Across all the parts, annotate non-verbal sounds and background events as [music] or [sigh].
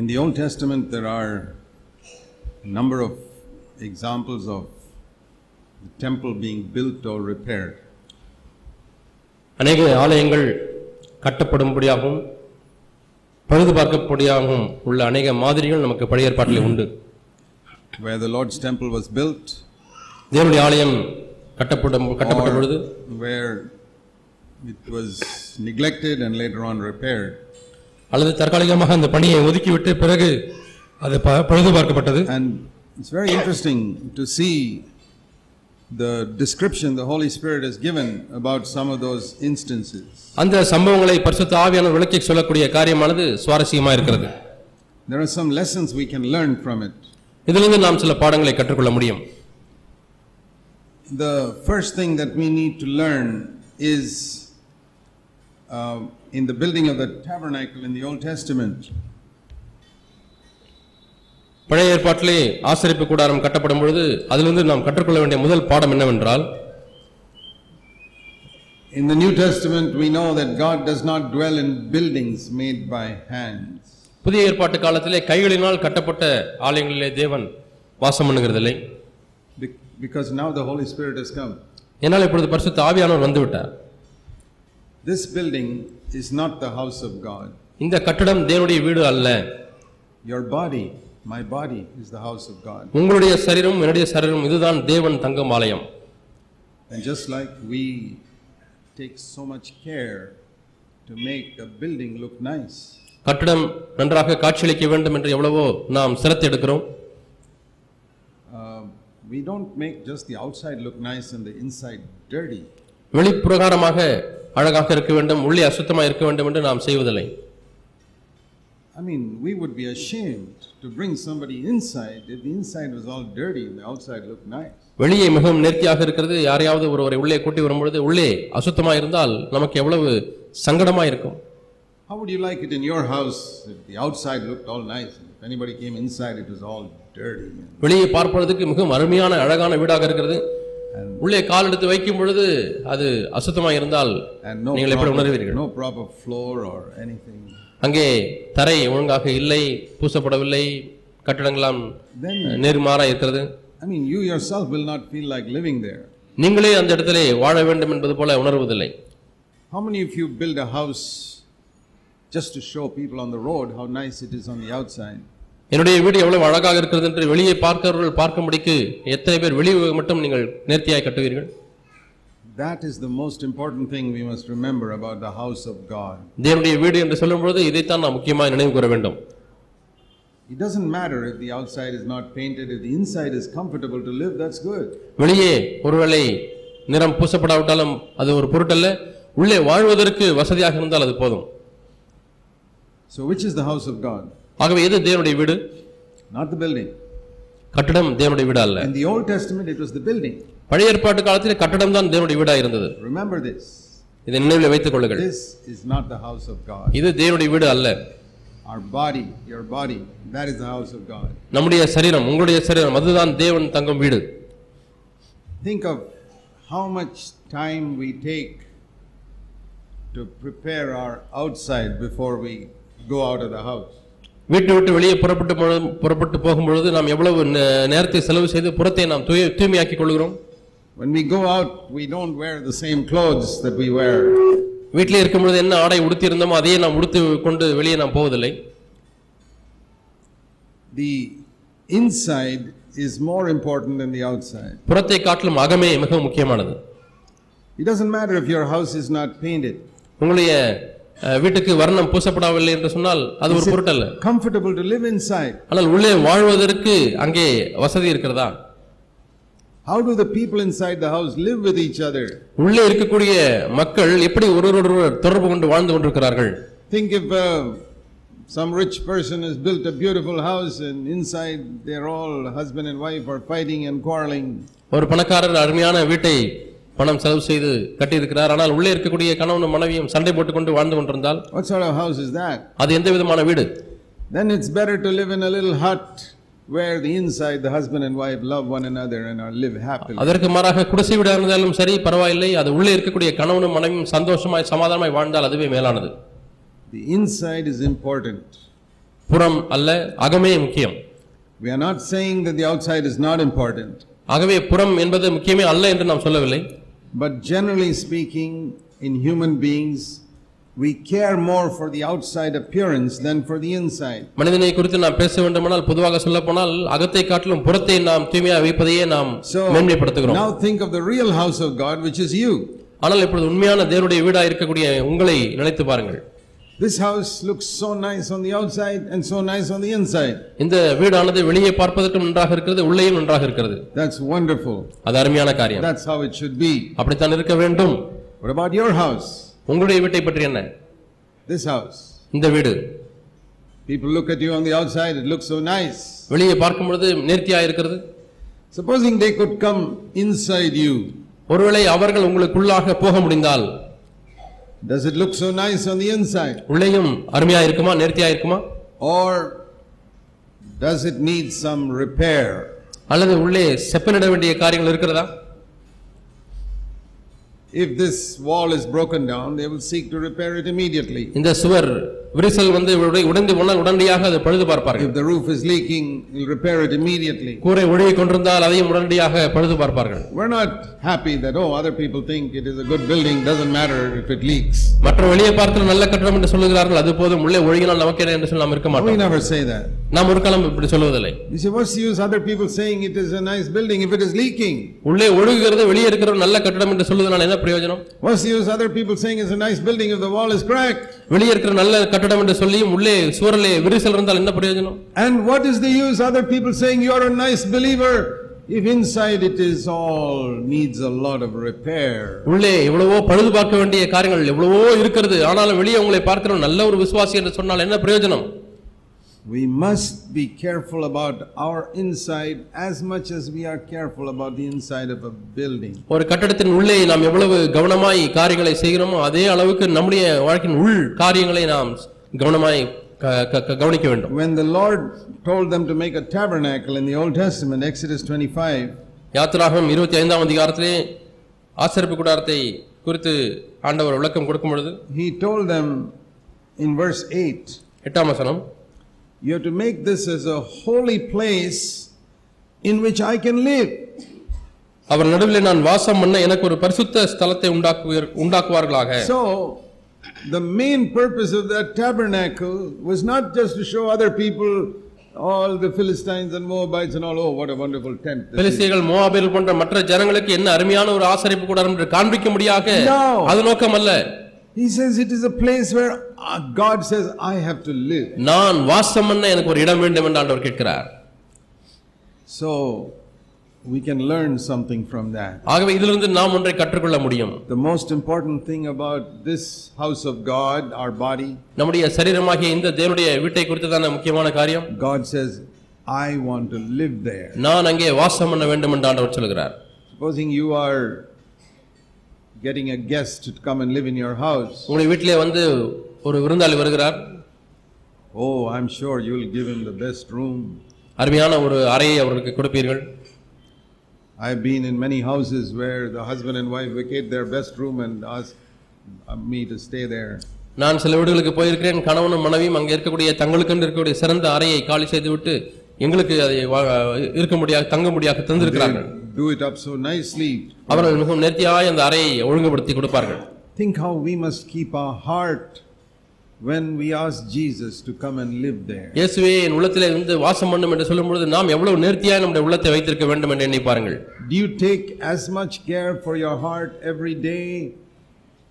In the Old Testament, there are a number of examples of the temple being built or repaired. அநேக ஆலயங்கள் கட்டப்படும்படியாகவும் பழுது பார்க்கப்படியாகவும் உள்ள அநேக மாதிரிகள் நமக்கு பழைய ஏற்பாட்டில் உண்டு Where the Lord's temple was built, தேவனுடைய ஆலயம் கட்டப்படும் கட்டப்பட்ட பொழுது where it was neglected and later on repaired. அல்லது தற்காலிகமாக அந்த பணியை ஒதுக்கிவிட்டு பிறகு அது ப- பழுது பார்க்கப்பட்டது And it's very interesting to see the description the Holy Spirit has given about some of those instances. அந்த சம்பவங்களை பரிசுத்த ஆவியான விளக்கி சொல்லக்கூடிய காரியமானது சுவாரஸ்யமா இருக்கிறது There are some lessons we can learn from it. இதிலிருந்து நாம் சில பாடங்களை கற்றுக்கொள்ள முடியும் The first thing that we need to learn is uh, in the building of the tabernacle in the Old Testament, பழைய ஏற்பாட்டிலே ஆசரிப்பு கூடாரம் கட்டப்படும் பொழுது அதிலிருந்து நாம் கற்றுக்கொள்ள வேண்டிய முதல் பாடம் என்னவென்றால் In the New Testament, we know that God does not dwell in buildings made by hands. புதிய ஏற்பாட்டு காலத்திலே கைகளினால் கட்டப்பட்ட ஆலயங்களிலே தேவன் வாசம் பண்ணுகிறதில்லை Be- Because now the Holy Spirit has come. என்னால் இப்பொழுது பரிசுத்த ஆவியானவர் வந்துவிட்டார் This building is not the house of God. இந்த கட்டடம் தேவனுடைய வீடு அல்ல Your body, my body, is the house of God. உங்களுடைய சரீரம் என்னுடைய சரீரம் இதுதான் தேவன் தங்கும் ஆலயம் And just like we take so much care to make a building look nice, கட்டடம் நன்றாக காட்சியளிக்க வேண்டும் என்று எவ்வளவோ நாம் சிரத்தை எடுக்கிறோம் uh, we don't make just the outside look nice and the inside dirty. வெளிப்பிரகாரமாக அழகாக இருக்க வேண்டும் உள்ளே அசுத்தமாக இருக்க வேண்டும் என்று நாம் செய்வதில்லை I mean, we would be ashamed to bring somebody inside if the inside was all dirty and the outside looked nice. வெளியே மிகவும் நேர்த்தியாக இருக்கிறது யாரையாவது ஒருவரை உள்ளே கூட்டி வரும்பொழுது உள்ளே அசுத்தமாக இருந்தால் நமக்கு எவ்வளவு சங்கடமா இருக்கும் How would you like it in your house if the outside looked all nice? and If anybody came inside, it was all dirty. and- வெளியே பார்ப்பதற்கு மிகவும் அருமையான அழகான வீடாக இருக்கிறது உள்ளே கால் எடுத்து வைக்கும் பொழுது அது அசுத்தமாக இருந்தால் And no நீங்கள் எப்படி proper, உணர்வீர்கள்? no proper floor or anything. அங்கே தரை ஒழுங்காக இல்லை பூசப்படவில்லை கட்டிடங்களாம் Then, நேர்மாறா இருக்கிறது I mean, you yourself will not feel like living there. நீங்களே அந்த இடத்திலே வாழ வேண்டும் என்பது போல உணர்வதில்லை How many of you build a house just to show people on the road how nice it is on the outside? என்னுடைய வீடு எவ்வளவு அழகாக இருக்கிறது என்று வெளியே பார்க்கிறவர்கள் பார்க்கும்படிக்கு எத்தனை பேர் வெளியே மட்டும் நீங்கள் நேர்த்தியாய் கட்டுவீர்கள் That is the most important thing we must remember about the house of God. தேவனுடைய வீடு என்று சொல்லும்பொழுது இதைத்தான் நாம் முக்கியமாக நினைவு கூற வேண்டும் It doesn't matter if the outside is not painted, if the inside is comfortable to live, that's good. வெளியே ஒருவேளை நிறம் பூசப்படாவிட்டாலும் அது ஒரு பொருட்டல்ல உள்ளே வாழ்வதற்கு வசதியாக இருந்தால் அது போதும் So, which is the house of God? ஆகவே எது தேவனுடைய வீடு Not the building. கட்டடம் தேவனுடைய வீடா அல்ல In the Old Testament, it was the building. பழைய ஏற்பாட்டு காலத்தில் கட்டடம் தான் தேவனுடைய வீடா இருந்தது Remember this. இதை நினைவில் வைத்துக் கொள்ளுங்கள் This is not the house of God. இது தேவனுடைய வீடு அல்ல Our body, your body, that is the house of God. நம்முடைய சரீரம் உங்களுடைய சரீரம் அதுதான் தேவன் தங்கும் வீடு Think of how much time we take to prepare our outside before we go out of the house. வீட்டை விட்டு வெளியே புறப்பட்டு போ- புறப்பட்டு போகும்பொழுது நாம் எவ்வளவு நே- நேரத்தை செலவு செய்து புறத்தை நாம் தூய தூய்மையாக்கிக் கொள்கிறோம் When we go out, we don't wear the same clothes that we wear. வீட்டிலே இருக்கும்பொழுது என்ன ஆடை உடுத்தியிருந்தோமோ அதையே நாம் உடுத்து கொண்டு வெளியே நாம் போவதில்லை The inside is more important than the outside. புறத்தை காட்டிலும் அகமே மிக முக்கியமானது It doesn't matter if your house is not painted. உங்களுடைய அஹ், வீட்டுக்கு வர்ணம் பூசப்படவில்லை என்று சொன்னால் அது ஒரு பொருட்டல்ல Comfortable to live inside. ஆனால் உள்ளே வாழ்வதற்கு அங்கே வசதி இருக்கிறதா How do the people inside the house live with each other? உள்ளே இருக்கக்கூடிய மக்கள் எப்படி ஒருவரோடொருவர் தொடர்பு கொண்டு வாழ்ந்து கொண்டிருக்கிறார்கள் Think if uh, some rich person has built a beautiful house and inside they're all husband and wife are fighting and quarreling. ஒரு பணக்காரர் அருமையான வீட்டை பணம் செலவு செய்து கட்டியிருக்கிறார் ஆனால் உள்ளே இருக்கக்கூடிய கணவனும் மனைவியும் சண்டை போட்டுக்கொண்டு வாழ்ந்து கொண்டிருந்தால் What sort of house is that? அது எந்த விதமான வீடு Then it's better to live in a little hut where the inside the husband and wife love one another and are live happily. அதற்கு மாறாக குடிசை வீடாக இருந்தாலும் சரி பரவாயில்லை அது உள்ளே இருக்கக்கூடிய கணவனும் மனைவியும் சந்தோஷமாய் சமாதானமாய் வாழ்ந்தால் அதுவே மேலானது The inside is important. புறம் அல்ல அகமே முக்கியம் We are not saying that the outside is not important, ஆகவே புறம் என்பது முக்கியமே அல்ல என்று நாம் சொல்லவில்லை but generally speaking, in human beings, we care more for the outside appearance than for the inside. மனிதனை குறித்து நாம் பேச வேண்டுமானால் பொதுவாக சொல்லப்போனால் அகத்தை காட்டிலும் புறத்தை நாம் தூய்மையாக வைப்பதையே நாம் So மேன்மைப்படுத்துகிறோம் now think of the real house of God, which is you. ஆனால் இப்பொழுது உண்மையான தேவனுடைய வீடா இருக்கக்கூடிய உங்களை நினைத்து பாருங்கள் This house looks so nice on the outside and so nice on the inside. இந்த வீடானது வெளியே பார்ப்பதற்கும் நன்றாக இருக்கிறது உள்ளேயும் நன்றாக இருக்கிறது That's wonderful. அது அருமையான காரியம் That's how it should be. அப்படித்தான் இருக்க வேண்டும் What about your house? உங்களுடைய வீட்டை பற்றி என்ன This house. இந்த வீடு People look at you on the outside, it looks so nice. வெளியே பார்க்கும் பொழுது நேர்த்தியாக இருக்கிறது Supposing they could come inside you, ஒருவேளை அவர்கள் உங்களுக்குள்ளாக போக முடிந்தால் does it look so nice on the inside? உள்ளேயும் அருமையா இருக்குமா நேர்த்தியா இருக்குமா Or does it need some repair? அல்லது உள்ளே செப்பனிட வேண்டிய காரியங்கள் இருக்கிறதா If this wall is broken down, they will seek to repair it immediately. இந்த சுவர் விரிசல் வந்து உடை- உடைந்து போனால் உடனடியாக அதை பழுது பார்ப்பார்கள் If the roof is leaking, they'll repair it immediately. கூரை ஒழுகி கொண்டிருந்தால் அதையும் உடனடியாக பழுது பார்ப்பார்கள் We're not happy that, oh, other people think it is a good building, doesn't matter if it leaks. மற்ற வெளியே பார்த்து நல்ல கட்டடம் என்று சொல்லுகிறார்கள் அது போதும் உள்ளே ஒழுகினால் நமக்கு என்ன என்று சொல்லி நாம் இருக்க We மாட்டோம் never say that. நாம் ஒரு காலம் இப்படி சொல்வதில்லை You say, what's the use other people saying it is a nice building if it is leaking? உள்ளே ஒழுகுகிறது வெளியே இருக்கிற ஒரு நல்ல கட்டடம் என்று சொல்வதனால் என்ன பிரயோஜனம் What's the use other people saying it's a nice building if the wall is cracked? வெளியே இருக்கிற நல்ல கட்டடம் என்று சொல்லியும் உள்ளே சுவரிலே விரிசல் இருந்தால் என்ன பிரயோஜனம் And what is the use other people saying you're a nice believer if inside it is all needs a lot of repair? உள்ளே எவ்வளவோ பழுது பார்க்க வேண்டிய காரியங்கள் எவ்வளவோ இருக்கிறது ஆனாலும் வெளியே உங்களை பார்க்கிற ஒரு நல்ல ஒரு விசுவாசி என்று சொன்னால் என்ன பிரயோஜனம் We must be careful about our inside as much as we are careful about the inside of a building. ஒரு கட்டடத்தின் உள்ளே நாம் எவ்வளவு கவனமாய் காரியங்களை செய்கிறோமோ அதே அளவுக்கு நம்முடைய வாழ்க்கையின் உள் காரியங்களை நாம் கவனமாய் க- க- க- கவனிக்க வேண்டும் When the Lord told them to make a tabernacle in the Old Testament, Exodus 25, யாத்திராகம் இருபத்தி ஐந்தாம் அதிகாரத்திலே ஆசரிப்பு கூடாரத்தை குறித்து ஆண்டவர் விளக்கம் கொடுக்கும் பொழுது he told them in verse 8, எட்டாம் வசனம் You have to make this as a holy place in which I can live. அவர் நடுவிலே நான் வாசம் பண்ண எனக்கு ஒரு பரிசுத்த ஸ்தலத்தை உண்டாக்குவீர்- உண்டாக்குவார்களாக So, the main purpose of that tabernacle was not just to show other people, all the Philistines and Moabites and all, oh, what a wonderful tent. this is." பெலிஸ்தீர்கள் மோவாபில் போன்ற மற்ற ஜனங்களுக்கு என்ன அருமையான ஒரு ஆசரிப்பு கூடாரம் என்று காண்பிக்க முடியாக No. அது நோக்கம் அல்ல He says it is a place where uh, God says, I have to live. நான் வாசம் பண்ண எனக்கு ஒரு இடம் வேண்டும் என்று ஆண்டவர் கேட்கிறார் So, we can learn something from that. ஆகவே இதிலிருந்து நாம் ஒன்றை கற்றுக்கொள்ள முடியும் The most important thing about this house of God, our body, நம்முடைய சரீரமாகிய இந்த தேவனுடைய வீட்டை குறித்து தான முக்கியமான காரியம் God says, I want to live there. நான் அங்கே வாசம் பண்ண வேண்டும் என்று ஆண்டவர் சொல்கிறார் Supposing you are getting a guest to come and live in your house, உங்களுடைய வீட்டிலே வந்து ஒரு விருந்தாளி வருகிறார் oh, I'm sure you'll give him the best room. அருமையான ஒரு அறையை அவர்களுக்கு கொடுப்பீர்கள் I've been in many houses where the husband and wife vacate their best room and ask uh, me to stay there. நான் சில வீடுகளுக்கு போயிருக்கிறேன் கணவனும் மனைவியும் அங்கே இருக்கக்கூடிய தங்களுக்கென்று இருக்கக்கூடிய சிறந்த அறையை காலி செய்துவிட்டு எங்களுக்கு அதை வா- இருக்க முடியாது தங்க முடியாது தந்திருக்கிறார்கள் Do it up so nicely. அவர்கள் மிகவும் நேர்த்தியாய் அந்த அறையை ஒழுங்குபடுத்தி கொடுப்பார்கள் Think how we must keep our heart when we ask Jesus to come and live there. இயேசுவே என் உள்ளத்திலே வந்து வாசம் பண்ணும் என்று சொல்லும் பொழுது நாம் எவ்வளவு நேர்த்தியாய் நம்முடைய உள்ளத்தை வைத்திருக்க வேண்டும் என்று எண்ணி பாருங்கள் Do you take as much care for your heart every day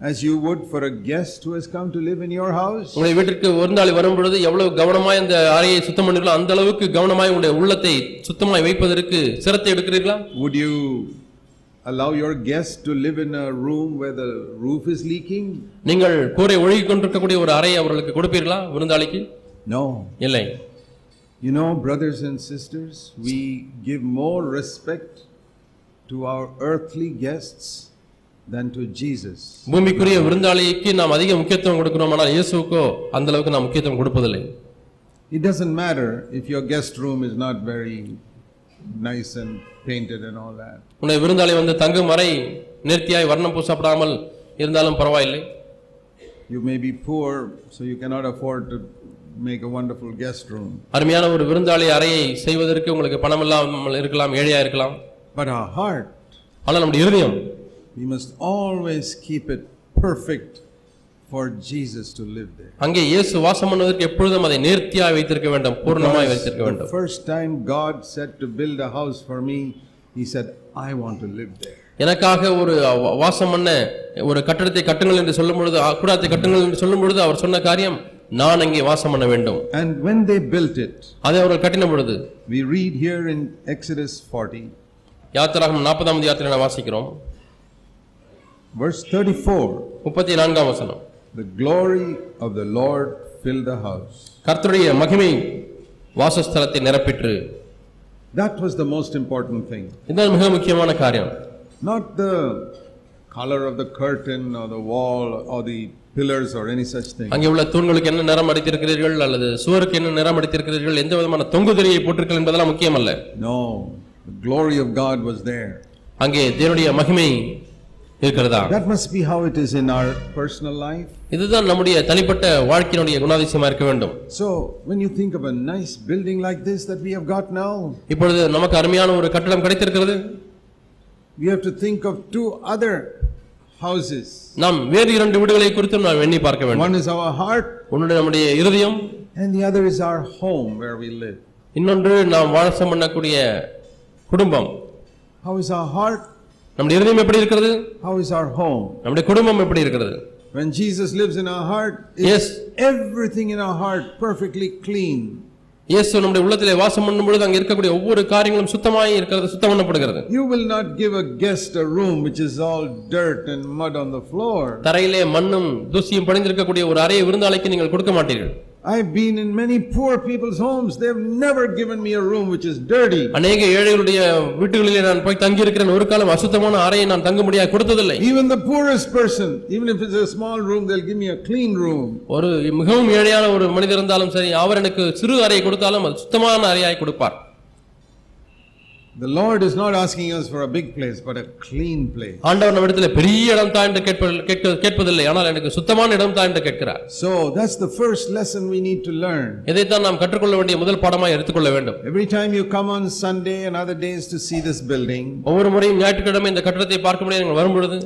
as you would for a guest who has come to live in your house? உங்களுடைய வீட்டிற்கு ஒரு நாள் வரும் பொழுது எவ்வளவு கவனமாய் அந்த அறையை சுத்தம் பண்ணீர்களோ அந்த அளவுக்கு கவனமாய் உங்களுடைய உள்ளத்தை சுத்தமாய் வைப்பதற்கு சிரத்தை எடுக்கிறீர்களா Would you allow your guest to live in a room where the roof is leaking? நீங்கள் கூரை ஒழுகி கொண்டிருக்கக்கூடிய ஒரு அறையை அவர்களுக்கு கொடுப்பீர்களா விருந்தாளிக்கு No. இல்லை You know, brothers and sisters, we give more respect to our earthly guests than to Jesus. பூமிக்குரிய விருந்தாளிக்கு நாம் அதிக முக்கியத்துவம் கொடுக்கிறோம் ஆனால் இயேசுக்கோ அந்த அளவுக்கு நாம் முக்கியத்துவம் கொடுப்பதில்லை It doesn't matter if your guest room is not very nice and painted and all that. உன்னுடைய விருந்தாளி வந்து தங்கும் அறை நேர்த்தியாய் வர்ணம் பூசப்படாமல் இருந்தாலும் பரவாயில்லை You may be poor, so you cannot afford to make a wonderful guest room. அருமையான ஒரு விருந்தாளி அறையை செய்வதற்கு உங்களுக்கு பணம் இல்லாமல் இருக்கலாம் ஏழையா இருக்கலாம் But our heart, ஆனால் நம்முடைய இருதயம் we must always keep it perfect for Jesus to live there. அங்கே இயேசு வாசம் பண்ணுவதற்கு எப்பொழுதும் அதை நேர்த்தியாய் வைத்திருக்க வேண்டும் பூர்ணமாய் வைத்திருக்க வேண்டும் The first time God said to build a house for me, He said, I want to live there. எனக்காக ஒரு வா- வாசம் பண்ண ஒரு கட்டடத்தை கட்டுங்கள் என்று சொல்லும் பொழுது ஆ, கூடாரத்தை கட்டுங்கள் என்று சொல்லும் பொழுது அவர் சொன்ன காரியம் நான் அங்கே வாசம் பண்ண வேண்டும் And when they built it, அதை அவர்கள் கட்டின பொழுது we read here in Exodus 40, யாத்திராகம் நாற்பதாம் யாத்திரை வாசிக்கிறோம் verse 34 முப்பத்தி நான்காம் வசனம் The glory of the Lord filled the house. கர்த்தருடைய மகிமை வாசஸ்தலத்தை நிரப்பிற்று That was the most important thing. இதுதான் மிக முக்கியமான காரியம் Not the color of the curtain or the wall or the pillars or any such thing. அங்கே உள்ள தூண்களுக்கு என்ன நிறம் அடித்திருக்கிறீர்கள் அல்லது சுவருக்கு என்ன நிறம் அடித்திருக்கிறீர்கள் எந்த விதமான தொங்கு திரையை போட்டிருக்கள் என்பதெல்லாம் முக்கியமல்ல No, the glory of God was there. அங்கே தேவனுடைய மகிமை இருக்கிறதா That must be how it is in our personal life. இதுதான் நம்முடைய தனிப்பட்ட வாழ்க்கையினுடைய குணாதிசயமா இருக்க வேண்டும் So, when you think of a nice building like this that we have got now, இப்பொழுது நமக்கு அருமையான ஒரு கட்டடம் கிடைத்திருக்கிறது we have to think of two other houses. நாம் வேறு இரண்டு வீடுகளை குறித்தும் நாம் எண்ணி பார்க்க வேண்டும் One is our heart, ஒன்று நம்முடைய இருதயம் and the other is our home where we live. இன்னொன்று நாம் வாசம் பண்ணக்கூடிய குடும்பம் How is our heart? நம்முடைய இருதயம் எப்படி இருக்கிறது How is our home? நம்முடைய குடும்பம் எப்படி இருக்கிறது When Jesus lives in our heart, yes everything in our heart perfectly clean. இயேசு நம்முடைய உள்ளத்திலே வாசம் பண்ணும் பொழுது அங்கே இருக்கக்கூடிய ஒவ்வொரு காரியங்களும் சுத்தமாய் இருக்கிறது சுத்தம் பண்ணப்படுகிறது You will not give a guest a room which is all dirt and mud on the floor. தரையிலே மண்ணும் தூசியும் படிந்திருக்கக்கூடிய ஒரு அறையை விருந்தாளிக்கு நீங்கள் கொடுக்க மாட்டீர்கள் I've been in many poor people's homes. They've never given me a room which is dirty. அநேக ஏழைகளுடைய வீட்டுகளிலே நான் போய் தங்கியிருக்கிறேன் ஒரு காலம் அசுத்தமான அறையை நான் தங்க முடியாது கொடுத்ததில்லை Even the poorest person, even if it's a small room, they'll give me a clean room. ஒரு மிகவும் ஏழையான ஒரு மனிதர் இருந்தாலும் சரி அவர் எனக்கு சிறு அறையை கொடுத்தாலும் அது சுத்தமான அறையாய் கொடுப்பார் The Lord is not asking us for a big place, but a clean place. ஆண்டவர் நம்மிடத்தில் பெரிய இடம் தான் என்று கேட்ப- கேட்க- கேட்பதில்லை ஆனால் எனக்கு சுத்தமான இடம் தான் என்று கேட்கிறார் So that's the first lesson we need to learn. இதைத்தான் நாம் கற்றுக்கொள்ள வேண்டிய முதல் பாடமாய் எடுத்துக்கொள்ள வேண்டும் Every time you come on Sunday and other days to see this building, ஒவ்வொரு முறையும் ஞாயிற்றுக்கிழமை இந்த கட்டடத்தை பார்க்க முடியாது நீங்கள் வரும்பொழுது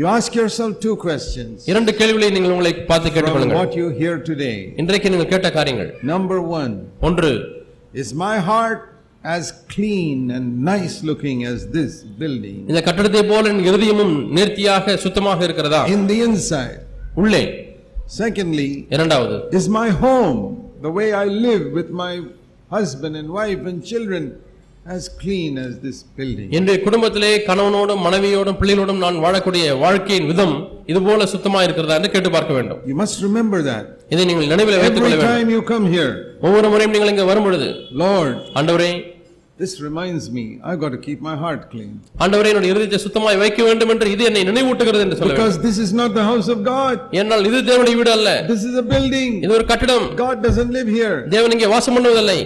you ask yourself two questions இரண்டு கேள்விகளை நீங்கள் உங்களை பார்த்து from கேட்டுக்கொள்ளுங்கள் what you hear today. இன்றைக்கு நீங்கள் கேட்ட காரியங்கள் Number one, ஒன்று is my heart as clean and nice looking as this building இந்த கட்டடத்தை போல என் இருதயமும் நேர்த்தியாக சுத்தமாக இருக்கிறதா in the inside? உள்ளே Secondly, இரண்டாவது is my home, the way I live with my husband and wife and children, as clean as this building? என்னுடைய குடும்பத்திலே கணவனோடும் மனைவியோடும் பிள்ளைகளோடும் நான் வாழக்கூடிய வாழ்க்கையின் விதம் இது போல சுத்தமா இருக்கிறதா என்று கேட்டு பார்க்க வேண்டும் You must remember that. இதை நீங்கள் நினைவில் வைத்துக் Every கொள்ள வேண்டும் time you come here, ஒவ்வொரு முறையும் நீங்கள் இங்கே வரும் பொழுது Lord, ஆண்டவரே this reminds me, I've got to keep my heart clean. ஆண்டவரே என்னுடைய இருதயத்தை சுத்தமாய் வைக்க வேண்டும் என்று இது என்னை நினைவூட்டுகிறது என்று சொல்ல வேண்டும் Because this is not the house of God. என்னால் இது தேவனுடைய வீடு அல்ல This is a building. இது ஒரு கட்டிடம் God doesn't live here. தேவன் இங்கே வாசம் பண்ணுவதில்லை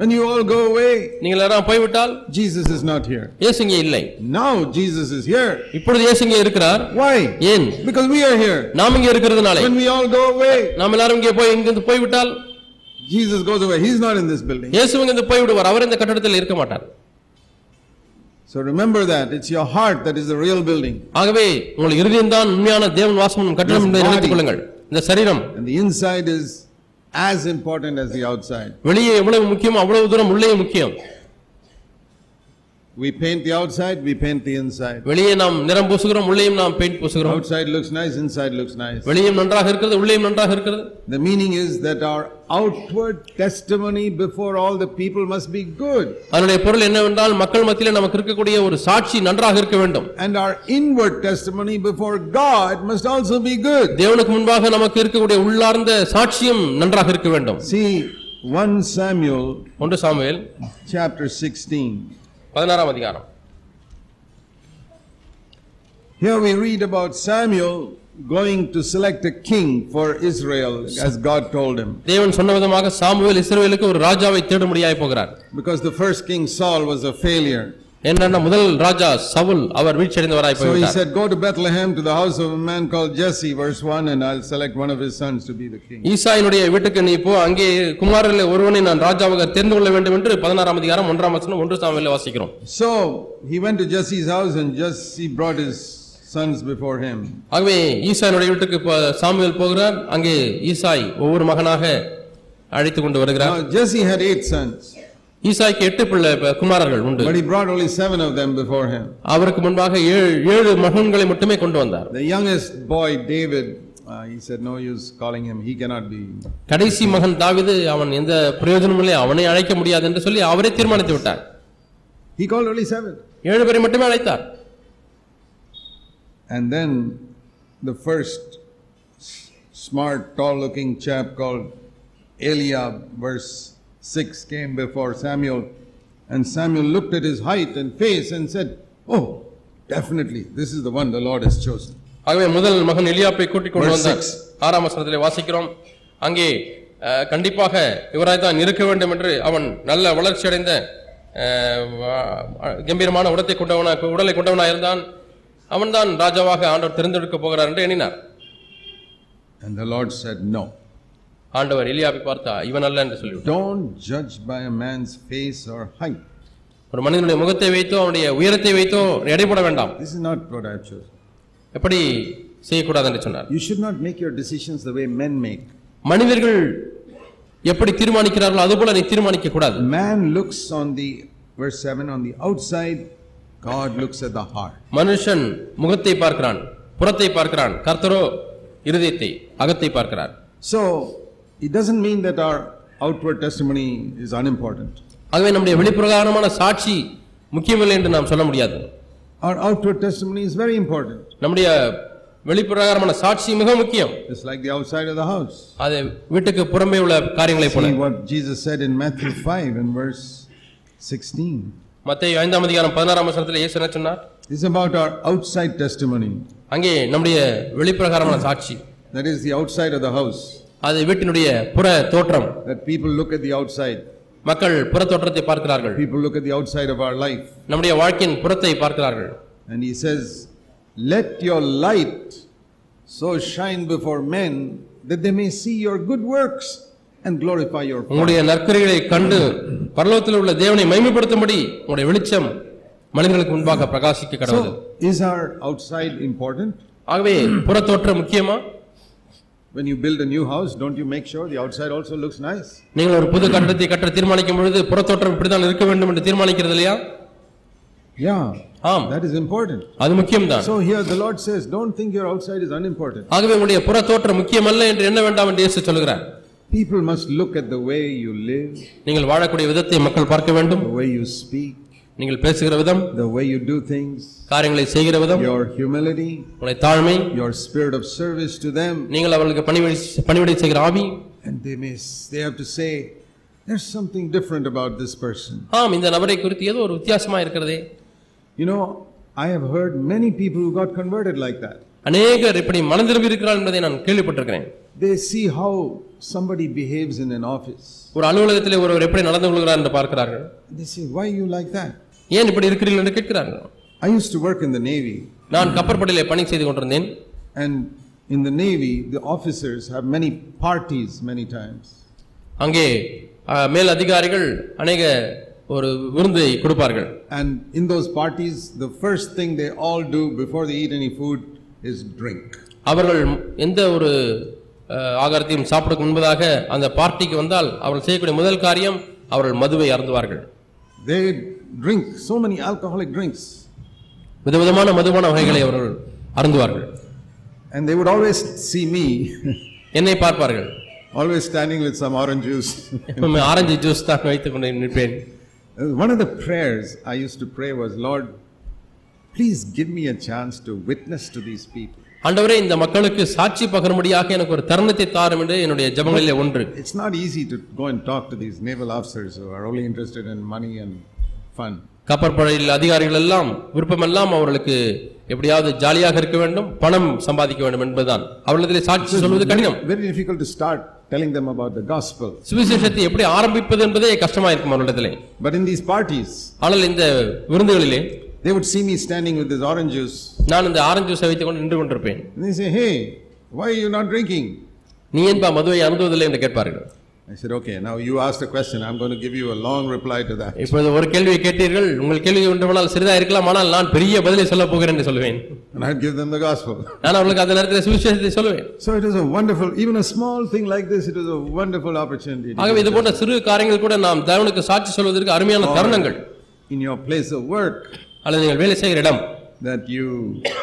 When you all go away, நீங்கள் எல்லாரும் போய்விட்டால் Jesus is not here. இயேசு இங்கே இல்லை Now Jesus is here. இப்பொழுது இயேசு இங்கே இருக்கிறார் Why? ஏன் Because we are here. நாம் இங்கே இருக்கிறதுனாலே When we all go away, நாம் எல்லாரும் இங்கே போய் இங்கிருந்து போய்விட்டால் Jesus goes away. He's not in this building. இயேசு இங்கிருந்து போய்விடுவார் அவர் இந்த கட்டடத்தில் இருக்க மாட்டார் So remember that. It's your heart that is the real building. ஆகவே உங்கள் இருதயம்தான் உண்மையான தேவன் வாசம் கட்டணம் என்பதை நினைத்துக் கொள்ளுங்கள் இந்த சரீரம் And the inside is as important as the outside. வெளியே எவ்வளவு முக்கியம் அவ்வளவு தூரம் உள்ளே முக்கியம் We paint the outside, we paint the inside. வெளியே நாம் நிறம் பூசுகிறோம் உள்ளேயும் நாம் பெயிண்ட் பூசுகிறோம் Outside looks nice, inside looks nice. வெளியும் நன்றாக இருக்கிறது உள்ளேயும் நன்றாக இருக்கிறது The meaning is that our outward testimony before all the people must be good, அதனுடைய பொருள் என்னவென்றால் மக்கள் மத்தியிலே நமக்கு இருக்கக்கூடிய ஒரு சாட்சி நன்றாக இருக்க வேண்டும் and our inward testimony before God must also be good. தேவனுக்கு முன்பாக நமக்கு இருக்கக்கூடிய உள்ளார்ந்த சாட்சியும் நன்றாக இருக்க வேண்டும் See, 1 Samuel ஒன்று சாமுவேல் chapter 16. பதினாறாம் அதிகாரம் Here we read about Samuel going to select a king for Israel as God told him. தேவன் சொன்ன விதமாக சாமுவேல் இஸ்ரவேலுக்கு ஒரு ராஜாவை தேடும்படியாய் போகிறார் Because the first king Saul was a failure. என்னன்னா முதல் ராஜா சவுல் அவர் வீழ்ச்சியடைந்தவராய் So he போய்விட்டார் said, Go to Bethlehem to the house of a man called Jesse, verse 1, and I'll select one of his sons to be the king. ஈசாயினுடைய வீட்டுக்கு நீ போ அங்கே குமாரில் ஒருவனை நான் ராஜாவாக தெரிந்து கொள்ள வேண்டும் என்று பதினாறாம் அதிகாரம் ஒன்றாம் வசனம் ஒன்று சாமியில் வாசிக்கிறோம் So he went to Jesse's house, and Jesse brought his sons before him. ஆகவே ஈசாயினுடைய வீட்டுக்கு போ- சாமுவேல் போகிறார் அங்கே ஈசாய் ஒவ்வொரு மகனாக அழைத்து கொண்டு வருகிறார் Now Jesse had eight sons, ஈசாய்க்கு எட்டு பிள்ளை ப- குமாரர்கள் உண்டு but he brought only seven of them before him. அவருக்கு முன்பாக ஏழு ஏழு மகன்களை மட்டுமே கொண்டு வந்தார் The youngest boy, David, uh, he said, No use calling him, he cannot be. கடைசி மகன் தாவீது அவன் எந்த பிரயோஜனமும் இல்லை அவனை அழைக்க முடியாது என்று சொல்லி அவரே தீர்மானித்து விட்டார் He called only seven. ஏழு பேரை மட்டுமே அழைத்தார் And then the first s- smart, tall looking chap called Eliab, verse 6, came before Samuel. And Samuel looked at his height and face and said, Oh, definitely, this is the one the Lord has chosen. ஆகவே முதல் மகன் எலியாப்பை கூட்டிக் கொண்டு Verse வந்தார் ஆறாம் வசனத்திலே வாசிக்கிறோம் அங்கே அஹ், கண்டிப்பாக இவராய் தான் இருக்க வேண்டும் என்று அவன் நல்ல வளர்ச்சி அடைந்த அஹ், வா- கம்பீரமான உடத்தை கொண்டவனா உடலை கொண்டவனாக இருந்தான் அவன்தான் ராஜாவாக ஆண்டவர் தெரிந்தெடுக்க போகிறார் என்று எண்ணினார் And the Lord said, No. ஆண்டவர் எலியாப்பை பார்த்தா இவன் அல்ல என்று சொல்லிவிட்டார் Don't judge by a man's face or height. ஒரு மனிதனுடைய முகத்தை வைத்தோ அவனுடைய உயரத்தை வைத்தோ எடைபட வேண்டாம் This is not what I've chosen. எப்படி செய்யக்கூடாது என்று சொன்னார் You should not make your decisions the way men make. மனிதர்கள் எப்படி தீர்மானிக்கிறார்களோ அதுபோல நீ தீர்மானிக்க கூடாது Man looks on the, verse 7, on the outside, God looks at the heart. மனுஷன் முகத்தை பார்க்கிறான் புறத்தை பார்க்கிறான் கர்த்தரோ இருதயத்தை அகத்தை பார்க்கிறார் So, it doesn't mean that our outward testimony is unimportant. ஆகவே நம்முடைய வெளிப்பிரகாரமான சாட்சி முக்கியமில்லை என்று நாம் சொல்ல முடியாது Our outward testimony is very important, நம்முடைய வெளிப்பிரகாரமான சாட்சி மிக முக்கியம் just like the outside of the house. அது வீட்டுக்கு புறமே உள்ள காரியங்களைப் போல See what Jesus said in Matthew 5 and verse 16. மத்திய ஐந்தாம் அதிகாரம் பதினாறாம் வசனத்தில் இயேசு என்ன சொன்னார் It's about our outside testimony, அங்கே நம்முடைய வெளிப்பிரகாரமான சாட்சி that is, the outside of the house, அது வீட்டினுடைய புற தோற்றம் that people look at the outside, மக்கள் புற தோற்றத்தை பார்க்கிறார்கள் people look at the outside of our life. நம்முடைய வாழ்க்கையின் புறத்தை பார்க்கிறார்கள் And he says, Let your light so shine before men that they may see your good works and glorify your Father. உங்களுடைய நற்கரிகளை கண்டு பரலோகத்தில் உள்ள தேவனை மகிமைப்படுத்தும்படி உங்களுடைய வெளிச்சம் மனிதர்களுக்கு முன்பாக பிரகாசிக்க கடவுள் So, is our outside important? ஆகவே புறத்தோற்றம் முக்கியமா When you build a new house, don't you make sure the outside also looks nice? நீங்கள் ஒரு புது கட்டடத்தை கட்ட தீர்மானிக்கும் பொழுது புறத்தோற்றம் இப்படித்தான் இருக்க வேண்டும் என்று தீர்மானிக்கிறது இல்லையா Yeah, ஆம் that is important. அது முக்கியம்தான் So, here the Lord says, Don't think your outside is unimportant. ஆகவே உங்களுடைய புறத்தோற்றம் முக்கியமல்ல என்று எண்ண வேண்டாம் என்று இயேசு சொல்கிறார் People must look at the way you live, நீங்கள் வாழக்கூடிய விதத்தை மக்கள் பார்க்க வேண்டும் the way you speak, நீங்கள் பேசுகிற விதம் the way you do things, காரியங்களை செய்கிற விதம் your humility, உங்களுடைய தாழ்மை your spirit of service to them. நீங்கள் அவர்களுக்கு பணிவிடை பணிவிடை செய்கிற ஆவி And they may, s- they have to say, there's something different about this person. ஆம் இந்த நபரை குறித்து ஏதோ ஒரு வித்தியாசமா இருக்கிறதே You know, I have heard many people who got converted like that. அநேகர் இப்படி மனந்திரும்பி இருக்கிறார் என்பதை நான் கேள்விப்பட்டிருக்கிறேன் They see how somebody behaves in an office. ஒரு அலுவலகத்திலே ஒருவர் எப்படி நடந்து கொள்கிறார் என்று பார்க்கிறார்கள் And they say, why you like that? ஏன் இப்படி இருக்கிறீர்கள் என்று கேட்கிறார்கள் I used to work in the Navy. நான் கப்பற்படையிலே பணி செய்து கொண்டிருந்தேன் And in the Navy, the officers have many parties many times. அங்கே ஆ, மேல் அதிகாரிகள் அநேக ஒரு விருந்தை கொடுப்பார்கள் And in those parties, the first thing they all do before they eat any food is drink. அவர்கள் எந்த ஒரு ஆ, ஆகாரத்தையும் சாப்பிடுக்கு முன்பதாக அந்த பார்ட்டிக்கு வந்தால் அவர்கள் செய்யக்கூடிய முதல் காரியம் அவர்கள் மதுவை அருந்துவார்கள் They drink so many alcoholic drinks. விதவிதமான மதுபான வகைகளை அவர்கள் அருந்துவார்கள் And they would always see me [laughs] என்னை பார்ப்பார்கள் always standing with some orange juice. [laughs] எப்பவுமே ஆரஞ்சு ஜூஸ் தான் வைத்துக் கொண்டு நிற்பேன் Uh, One of the prayers I used to pray was, Lord, please give me a chance to witness to these people. ஆண்டவரே இந்த மக்களுக்கு சாட்சி பகரும்படியாக எனக்கு ஒரு தருணத்தை தாரும் என்று என்னுடைய ஜெபங்களிலே ஒன்று It's not easy to go and talk to these naval officers who are only interested in money and fun. கப்பற்படையில் அதிகாரிகள் எல்லாம் விருப்பமெல்லாம் அவர்களுக்கு எப்படியாவது ஜாலியாக இருக்க வேண்டும் பணம் சம்பாதிக்க வேண்டும் என்பதுதான் அவர்களிடத்திலே சாட்சி சொல்வது கடினம் Very difficult to start telling them about the gospel. சுவிசேஷத்தை எப்படி ஆரம்பிப்பது என்பதே கஷ்டமா இருக்கும் அவர்களிடத்திலே But in these parties, ஆனால் இந்த விருந்துகளிலே they would see me standing with this orange juice நான் இந்த ஆரஞ்சு ஜூஸை வைத்துக் கொண்டு நின்று கொண்டிருப்பேன் and they say, Hey, why are you not drinking? நீ என்பா மதுவை அணுகுவதில்லை என்று கேட்பார்கள் I said, Okay, now you asked a question. I'm going to give you a long reply to that. இப்பொழுது ஒரு கேள்வியை கேட்டீர்கள் உங்கள் கேள்வி ஒன்றுமானால் சிறிதா இருக்கலாம் ஆனால் நான் பெரிய பதிலை சொல்ல போகிறேன் என்று சொல்லுவேன் And I'd give them the gospel. [laughs] நான் அவர்களுக்கு அந்த நேரத்தில் சுவிசேஷத்தை சொல்லுவேன் So it was a wonderful, even a small thing like this, it was a wonderful opportunity. to ஆகவே இது போன்ற சிறு காரியங்கள் கூட நாம் தேவனுக்கு சாட்சி சொல்வதற்கு அருமையான தருணங்கள் in your place of work அல்லது நீங்கள் வேலை செய்கிற இடம் that you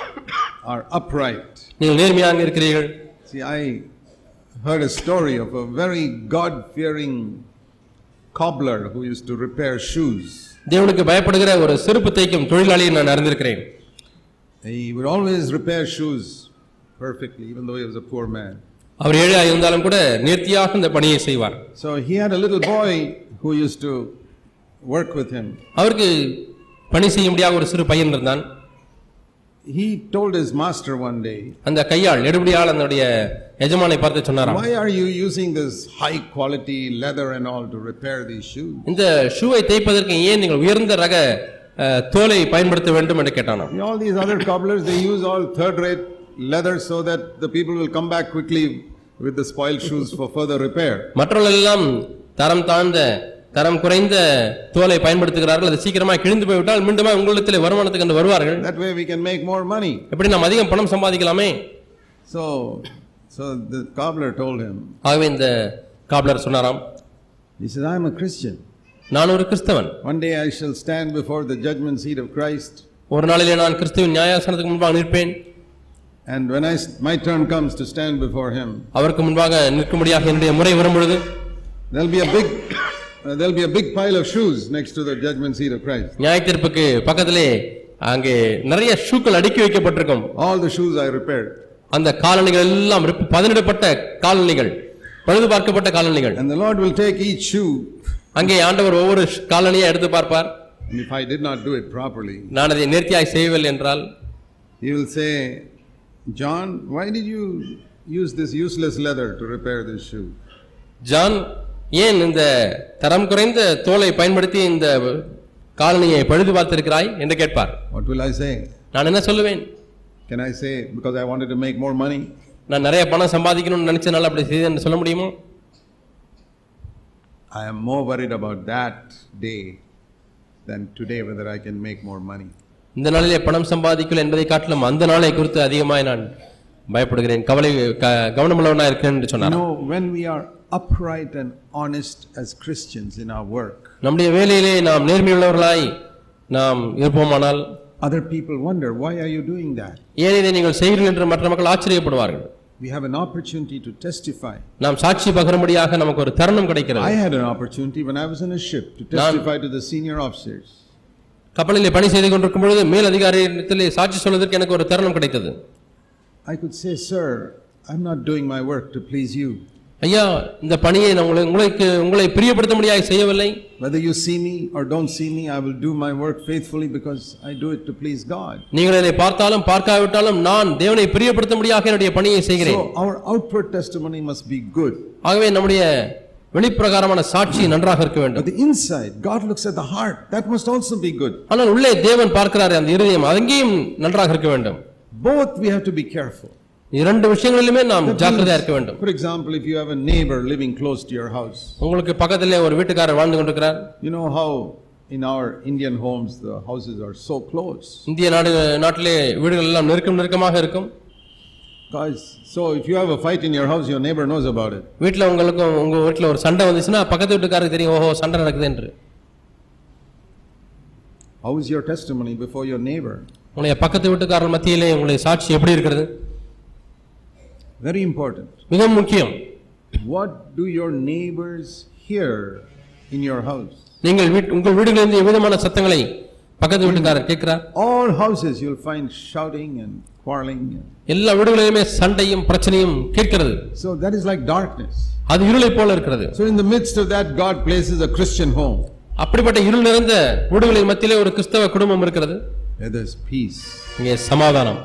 [coughs] are upright. நீங்கள் நேர்மையாக இருக்கிறீர்கள் See, I heard a story of a very God fearing cobbler who used to repair shoes. தேவனுக்கு பயப்படுகிற ஒரு செருப்பு தைக்கும் தொழிலாளியை நான் அறிந்திருக்கிறேன் He would always repair shoes perfectly, even though he was a poor man. அவர் ஏழையாக இருந்தாலும் கூட நேர்த்தியாக இந்த பணியை செய்வார் So he had a little boy who used to work with him. அவருக்கு பணி செய்ய முடியாத ஒரு சிறு பையன் இருந்தான் He told his master one day, அந்த கையால் நெடுபடியால் அதனுடைய எஜமானை பார்த்து சொன்னாராம் Why are you using this high quality leather and all to repair these shoes? இந்த ஷூவை தைப்பதற்கு ஏன் நீங்கள் உயர்ந்த ரக அஹ், தோலை பயன்படுத்த வேண்டும் என்று கேட்டானாம் All these other cobblers, they use all third rate leather so that the people will come back quickly with the spoiled shoes for further repair. மற்றவர்களெல்லாம் தரம் தாழ்ந்த தரம் குறைந்த தோலை பயன்படுத்துகிறார்கள் அது சீக்கிரமாக கிழிந்து போய்விட்டால் மீண்டும் உங்களிடத்தில் வருமானத்துக்கு என்று வருவார்கள் That way we can make more money. எப்படி நாம் அதிகம் பணம் சம்பாதிக்கலாமே So, so the cobbler told him, ஆகவே இந்த காப்லர் சொன்னாராம் He says, I am a Christian. நான் ஒரு கிறிஸ்தவன் One day I shall stand before the judgment seat of Christ, ஒரு நாளிலே நான் கிறிஸ்துவின் நியாயாசனத்துக்கு முன்பாக நிற்பேன் and when I, my turn comes to stand before Him, அவருக்கு முன்பாக நிற்கும்படியாக என்னுடைய முறை வரும்பொழுது there'll be a big, [coughs] uh, there'll be a big pile of shoes next to the judgment seat of Christ. நியாயத்தீர்ப்புக்கு பக்கத்திலே அங்கே நிறைய ஷூக்கள் அடுக்கி வைக்கப்பட்டிருக்கும் All the shoes I repaired. அந்த காலணிகள் எல்லாம் ரிப்- பதனிடப்பட்ட காலணிகள் பழுது பார்க்கப்பட்ட காலணிகள் And the Lord will take each shoe, அங்கே ஆண்டவர் ஒவ்வொரு ஷ்- காலணியை எடுத்து பார்ப்பார் and if I did not do it properly, நான் அதை நேர்த்தியாய் செய்யவில்லை என்றால் He will say, John, why did you use this useless leather to repair this shoe? John ஏன் இந்த தரம் குறைந்த தோலை பயன்படுத்தி இந்த காலணியை பழுது பார்த்திருக்கிறாய் என்று கேட்பார் What will I say? நான் என்ன சொல்லுவேன் Can I say, because I wanted to make more money? நான் நிறைய பணம் சம்பாதிக்கணும்னு நினைச்சனால அப்படி செய்தேன்னு சொல்ல முடியுமோ I am more worried about that day than today whether I can make more money. இந்த நாளிலே பணம் சம்பாதிக்கல என்பதை காட்டிலும் அந்த நாளை குறித்து அதிகமாய் நான் பயப்படுகிறேன் கவலை க- கவனமுள்ளவனா இருக்கேன் என்று You சொன்னார் know, when we are upright and honest as Christians in our work, நம்முடைய வேலையிலே நாம் நேர்மையுள்ளவர்களாய் நாம் இருப்போமானால் other people wonder, why are you doing that? ஏன் இதை நீங்கள் செய்கிறீர்கள் என்று மற்ற மக்கள் ஆச்சரியப்படுவார்கள் We have an opportunity to testify. நாம் சாட்சி பகரும்படியாக நமக்கு ஒரு தருணம் I கிடைக்கிறது had an opportunity when I was in a ship to testify to the senior officers. கப்பலிலே பணி செய்து கொண்டிருக்கும் பொழுது மேல் அதிகாரியத்திலே சாட்சி சொல்வதற்கு எனக்கு ஒரு தருணம் கிடைத்தது I could say, Sir, I'm not doing my work to please you. ஐயா இந்த பணியை நான் உங்களை- உங்களுக்கு உங்களை பிரியப்படுத்த முடியாது செய்யவில்லை Whether you see me or don't see me, I will do my work faithfully because I do it to please God. நீங்கள் என்னை பார்த்தாலும் பார்க்காவிட்டாலும் நான் தேவனை பிரியப்படுத்த முடியாக என்னுடைய பணியை செய்கிறேன் So our outward testimony must be good. ஆகவே நம்முடைய வெளிப்பிரகாரமான சாட்சி நன்றாக இருக்க வேண்டும் But the inside, God looks at the heart. That must also be good. ஆனால் உள்ளே தேவன் பார்க்கிறார் அந்த இருதயம் அங்கேயும் நன்றாக இருக்க வேண்டும் Both we have to be careful. இரண்டு விஷயங்களிலுமே நாம் ஜாக்கிரதையா இருக்க வேண்டும் For example, if you have a neighbor living close to your house, உங்களுக்கு பக்கத்திலே ஒரு வீட்டுக்காரர் வாழ்ந்து கொண்டிருக்கிறார் you know how in our Indian homes the houses are so close. இந்திய நாடு நாட்டிலே வீடுகள் எல்லாம் நெருக்கம் நெருக்கமாக இருக்கும் Guys, so if you have a fight in your house, your neighbor knows about it. வீட்டில் உங்களுக்கும் உங்க வீட்டில் ஒரு சண்டை வந்துச்சுன்னா பக்கத்து வீட்டுக்காரருக்கு தெரியும் ஓஹோ சண்டை நடக்குது என்று How is your testimony before your neighbor? உங்களுடைய பக்கத்து வீட்டுக்காரர் மத்தியிலே உங்களுடைய சாட்சி எப்படி இருக்கிறது Very important. மிகவும் முக்கியம் What do your neighbors hear in your house? நீங்கள் வீட் உங்கள் வீடுகளிலிருந்து எவ்விதமான சத்தங்களை பக்கத்து வீட்டுக்காரர் கேட்கிறார் All houses you'll find shouting and quarreling. எல்லா வீடுகளிலுமே சண்டையும் பிரச்சனையும் கேட்கிறது So that is like darkness. அது இருளை போல இருக்கிறது So in the midst of that, God places a Christian home அப்படிப்பட்ட இருள் நிறைந்த வீடுகளின் மத்தியிலே ஒரு கிறிஸ்தவ குடும்பம் இருக்கிறது where there's peace, இங்கே சமாதானம்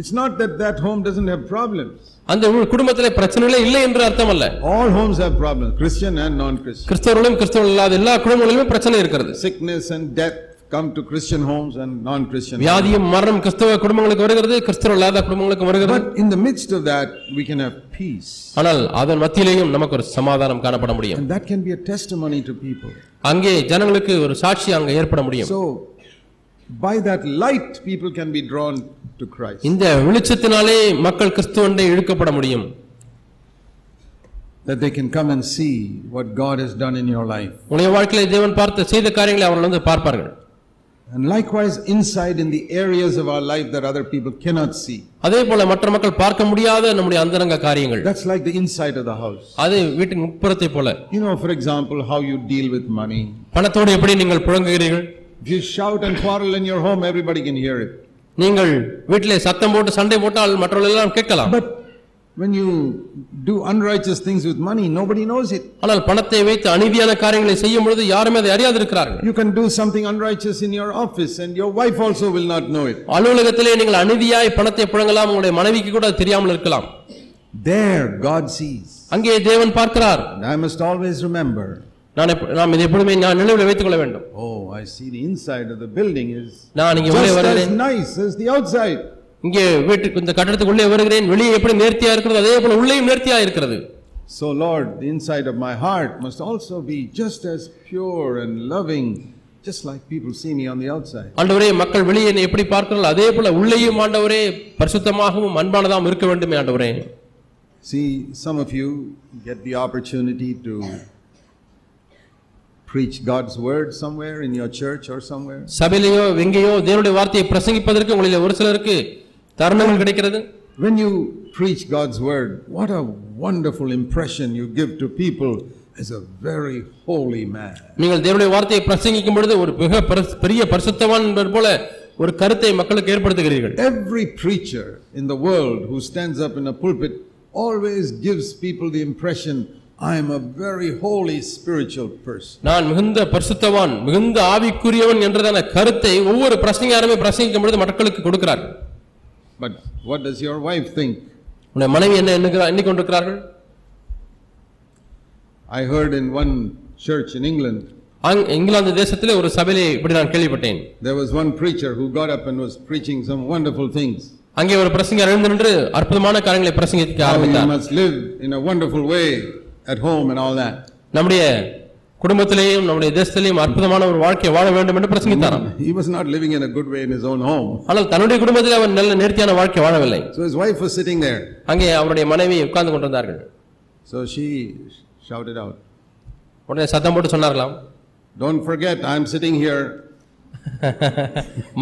It's not that that home doesn't have problems. அந்த உ- குடும்பத்திலே பிரச்சனைகளே இல்லை என்று அர்த்தம் அல்ல All homes have problems, Christian and non-Christian. கிறிஸ்தவர்களும் கிறிஸ்தவர்கள் இல்லாத எல்லா குடும்பங்களிலுமே பிரச்சனை இருக்கிறது Sickness and death come to Christian homes and non-Christian. homes. வியாதியும் மரணம் கிறிஸ்தவ குடும்பங்களுக்கு வருகிறது கிறிஸ்தவ இல்லாத குடும்பங்களுக்கு வருகிறது But in the midst of that, we can have peace. ஆனால் அதன் மத்தியிலேயும் நமக்கு ஒரு சமாதானம் காணப்பட முடியும் And that can be a testimony to people. அங்கே ஜனங்களுக்கு ஒரு சாட்சி அங்கே ஏற்பட முடியும் So, by that light, people can be drawn to Christ. இந்த வெளிச்சத்தினாலே மக்கள் கிறிஸ்துவண்டை இழுக்கப்பட முடியும் That they can come and see what God has done in your life. உடைய வாழ்க்கையிலே தேவன் பார்த்த செய்த காரியங்களை அவர்கள் வந்து பார்ப்பார்கள் And likewise, inside in the areas of our life that other people cannot see. அதே போல மற்ற மக்கள் பார்க்க முடியாத நம்முடைய அந்தரங்க காரியங்கள் That's like the inside of the house. அது வீட்டின் உட்புறத்தை போல You know, for example, how you deal with money. பணத்தோடு எப்படி நீங்கள் புழங்குகிறீர்கள் If you shout and quarrel in your home, everybody can hear it. நீங்கள் வீட்டிலே சத்தம் போட்டு சண்டை போட்டால் மற்றவர்கள் எல்லாம் கேட்கலாம் But when you do unrighteous things with money, nobody knows it. ஆனால் பணத்தை வைத்து அநீதியான காரியங்களை செய்யும் பொழுது யாருமே அதை அறியாதிருக்கிறார்கள் You can do something unrighteous in your office, and your wife also will not know it. அலுவலகத்திலே நீங்கள் அநீதியாய் பணத்தை புழங்கலாம் உங்களுடைய மனைவிக்கு கூட அது தெரியாமல் இருக்கலாம் There, God sees. அங்கே தேவன் பார்க்கிறார் And I must always remember நான் எப்ப- நாம் இதை எப்பொழுதுமே நான் நினைவில் வைத்துக் கொள்ள வேண்டும் oh, I see the inside of the building is நான் இங்கே உள்ளே just as வருகிறேன் nice as the outside. இங்கே வீட்டுக்கு இந்த கட்டடத்துக்கு உள்ளே வருகிறேன் வெளியே எப்படி நேர்த்தியா இருக்கிறது அதே போல உள்ளேயும் நேர்த்தியா இருக்கிறது So, Lord, the inside of my heart must also be just as pure and loving, just like people see me on the outside. ஆண்டவரே மக்கள் வெளியே என்னை எப்படி பார்க்கிறார்கள் அதே போல உள்ளேயும் ஆண்டவரே பரிசுத்தமாகவும் அன்பானதாகவும் இருக்க வேண்டுமே ஆண்டவரே See, some of you get the opportunity to preach God's word somewhere in your church or somewhere. சபையிலேயோ எங்கேயோ தேவனுடைய வார்த்தையை பிரசங்கிப்பதற்கு உங்களில் ஒரு சிலருக்கு தருணங்கள் கிடைக்கிறது When you preach God's word, what a wonderful impression you give to people as a very holy man. நீங்கள் தேவனுடைய வார்த்தையை பிரசங்கிக்கும் பொழுது ஒரு மிக பரிசு- பெரிய பரிசுத்தவான் என்பது போல ஒரு கருத்தை மக்களுக்கு ஏற்படுத்துகிறீர்கள் Every preacher in the world who stands up in a pulpit always gives people the impression I am a very holy spiritual person. நான் மிகுந்த பரிசுத்தவான் மிகுந்த ஆவிக்குரியவன் என்றதான கருத்தை ஒவ்வொரு பிரசங்கியாருமே பிரசங்கிக்கும் பொழுது மக்களுக்கு கொடுக்கிறார்கள் But what does your wife think? உன்னுடைய மனைவி என்ன எண்ணுகிறா- எண்ணிக்கொண்டிருக்கிறார்கள் I heard in one church in England ஆங்- இங்கிலாந்து தேசத்திலே ஒரு சபையிலே இப்படி நான் கேள்விப்பட்டேன் There was one preacher who got up and was preaching some wonderful things. அங்கே ஒரு பிரசங்கர் எழுந்து நின்று அற்புதமான காரியங்களை பிரசங்கிக்க How you ஆரம்பித்தார் must live in a wonderful way at home and all that. நம்முடைய குடும்பத்திலேயும் நம்முடைய தேசத்திலேயும் அற்புதமான ஒரு வாழ்க்கையை வாழ வேண்டும் என்று பிரசங்கித்தாராம் [laughs] He was not living in a good way in his own home. ஆனால் தன்னுடைய குடும்பத்தில் அவர் நல்ல நேர்த்தியான வாழ்க்கை வாழவில்லை So his wife was sitting there. அங்கே அவருடைய மனைவி உட்கார்ந்து கொண்டிருந்தார்கள் So she shouted out, உடனே சத்தம் போட்டு சொன்னார்களாம் Don't forget, I'm sitting here.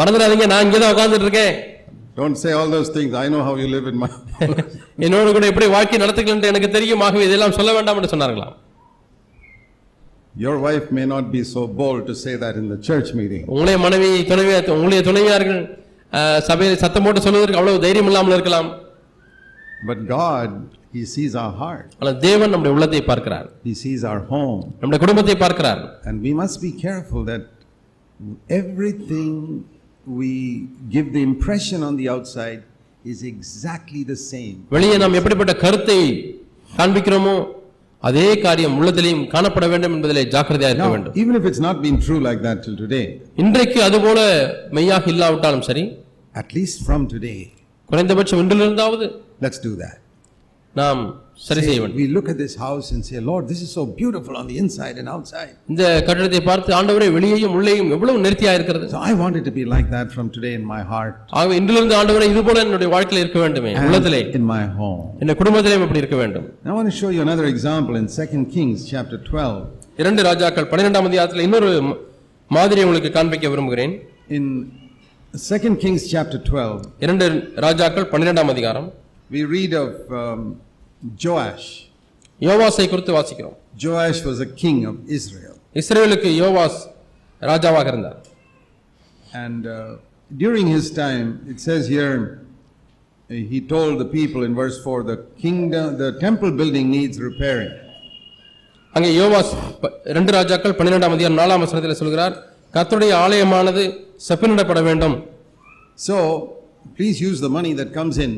மறந்துடாதீங்க நான் இங்கே தான் உட்கார்ந்துட்டு இருக்கேன் Don't say all those things. I know how you live in my என்னோடு கூட எப்படி வாழ்க்கை நடத்துகிறேன் எனக்கு தெரியும் ஆகவே இதெல்லாம் சொல்ல வேண்டாம் என்று சொன்னார்களாம் Your wife may not be so bold to say that in the church meeting. உங்களுடைய மனைவி துணைவியா உங்களுடைய துணைவியார்கள் அஹ், சபையில் சத்தம் போட்டு சொல்வதற்கு அவ்வளவு தைரியம் இல்லாமல் இருக்கலாம் But God, He sees our heart, ஆனால் தேவன் நம்முடைய உள்ளத்தை பார்க்கிறார் He sees our home. நம்முடைய குடும்பத்தை பார்க்கிறார் And we must be careful that everything we give the impression on the outside is exactly the same. வெளியே நாம் எப்படிப்பட்ட கருத்தை காண்பிக்கிறோமோ அதே காரியம் உள்ளத்திலேயும் காணப்பட வேண்டும் என்பதிலே ஜாக்கிரதையா இருக்க Now, வேண்டும் even if it's not been true like that till today, இன்றைக்கு அதுபோல மெய்யாக இல்லாவிட்டாலும் சரி at least from today, குறைந்தபட்சம் இன்றிலிருந்தாவது let's do that. நாம் சரி செய்ய வேண்டும் We look at this house and say, Lord, this is so beautiful on the inside and outside. இந்த கட்டிடத்தை பார்த்து ஆண்டவரே வெளியேயும் உள்ளேயும் எவ்வளவு நேர்த்தியா இருக்கிறது So I want it to be like that from today in my heart ஆகவே இன்றிலிருந்து ஆண்டவரே இது போல என்னுடைய வாழ்க்கையில் இருக்க வேண்டுமே and உள்ளத்திலே in my home. என்னுடைய குடும்பத்திலேயும் இப்படி இருக்க வேண்டும் I want to show you another example in 2 Kings chapter 12. இரண்டு ராஜாக்கள் பன்னிரெண்டாம் அதிகாரத்தில் இன்னொரு ம- மாதிரியை உங்களுக்கு காண்பிக்க விரும்புகிறேன் In 2 Kings chapter 12, இரண்டு ராஜாக்கள் பன்னிரெண்டாம் அதிகாரம் We read of um, Joash. யோவாசை குறித்து வாசிக்கிறோம் Joash was a king of Israel. இஸ்ரேலுக்கு யோவாஸ் ராஜாவாக இருந்தார் And uh, during his time, it says here, uh, he told the people in verse 4 the kingdom, the temple building needs repairing. அங்கே யோவாஸ் ப- இரண்டு ராஜாக்கள் பன்னிரெண்டாம் அதிகாரம் நாலாம் வசனத்தில் சொல்கிறார் கர்த்தருடைய ஆலயமானது செப்பனிடப்பட வேண்டும் So please use the money that comes in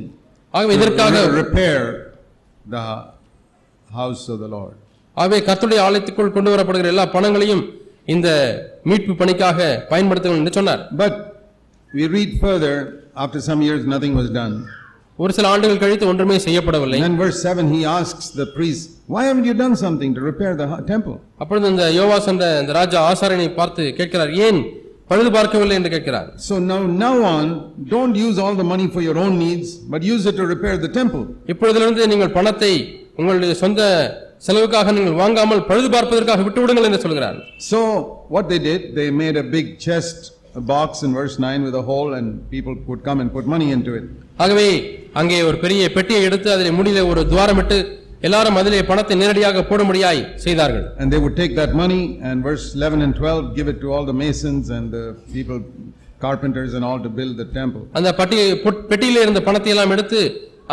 ஆகவே இதற்காக to repair the house of the Lord. ஆகவே கர்த்தருடைய ஆலயத்துக்குள் கொண்டு வரப்படுகிற எல்லா பணங்களையும் இந்த மீட்பு பணிக்காக பயன்படுத்துங்கள் என்று சொன்னார் But we read further, after some years, nothing was done. ஒரு சில ஆண்டுகள் கழித்து ஒன்றுமே செய்யப்படவில்லை And then verse 7, he asks the priest, Why haven't you done something to repair the hu- temple? அப்பொழுது இந்த யோவாஸ் என்ற இந்த ராஜா ஆசாரியனை பார்த்து கேட்கிறார் ஏன் பழுது பார்க்கவில்லை என்று கேட்கிறார் So now, now on, don't use all the money for your own needs, but use it to repair the temple. இப்பொழுதிலிருந்து நீங்கள் பணத்தை உங்களுடைய சொந்த செலவுக்காக நீங்கள் வாங்காமல் பழுது பார்ப்பதற்காக விட்டுவிடுங்கள் என்று சொல்கிறார் So what they did, they made a big chest, a box in verse 9 with a hole, and people would come and put money into it. ஆகவே அங்கே ஒரு பெரிய பெட்டியை எடுத்து அதில் முடியில ஒரு துவாரமிட்டு எல்லாரும் அதிலே பணத்தை நேரடியாக போடும்படியாய் செய்தார்கள் And they would take that money and verse 11 and 12 give it to all the masons and the people, carpenters and all to build the temple. அந்த பட்டி பொட்- பெட்டியிலே இருந்த பணத்தை எல்லாம் எடுத்து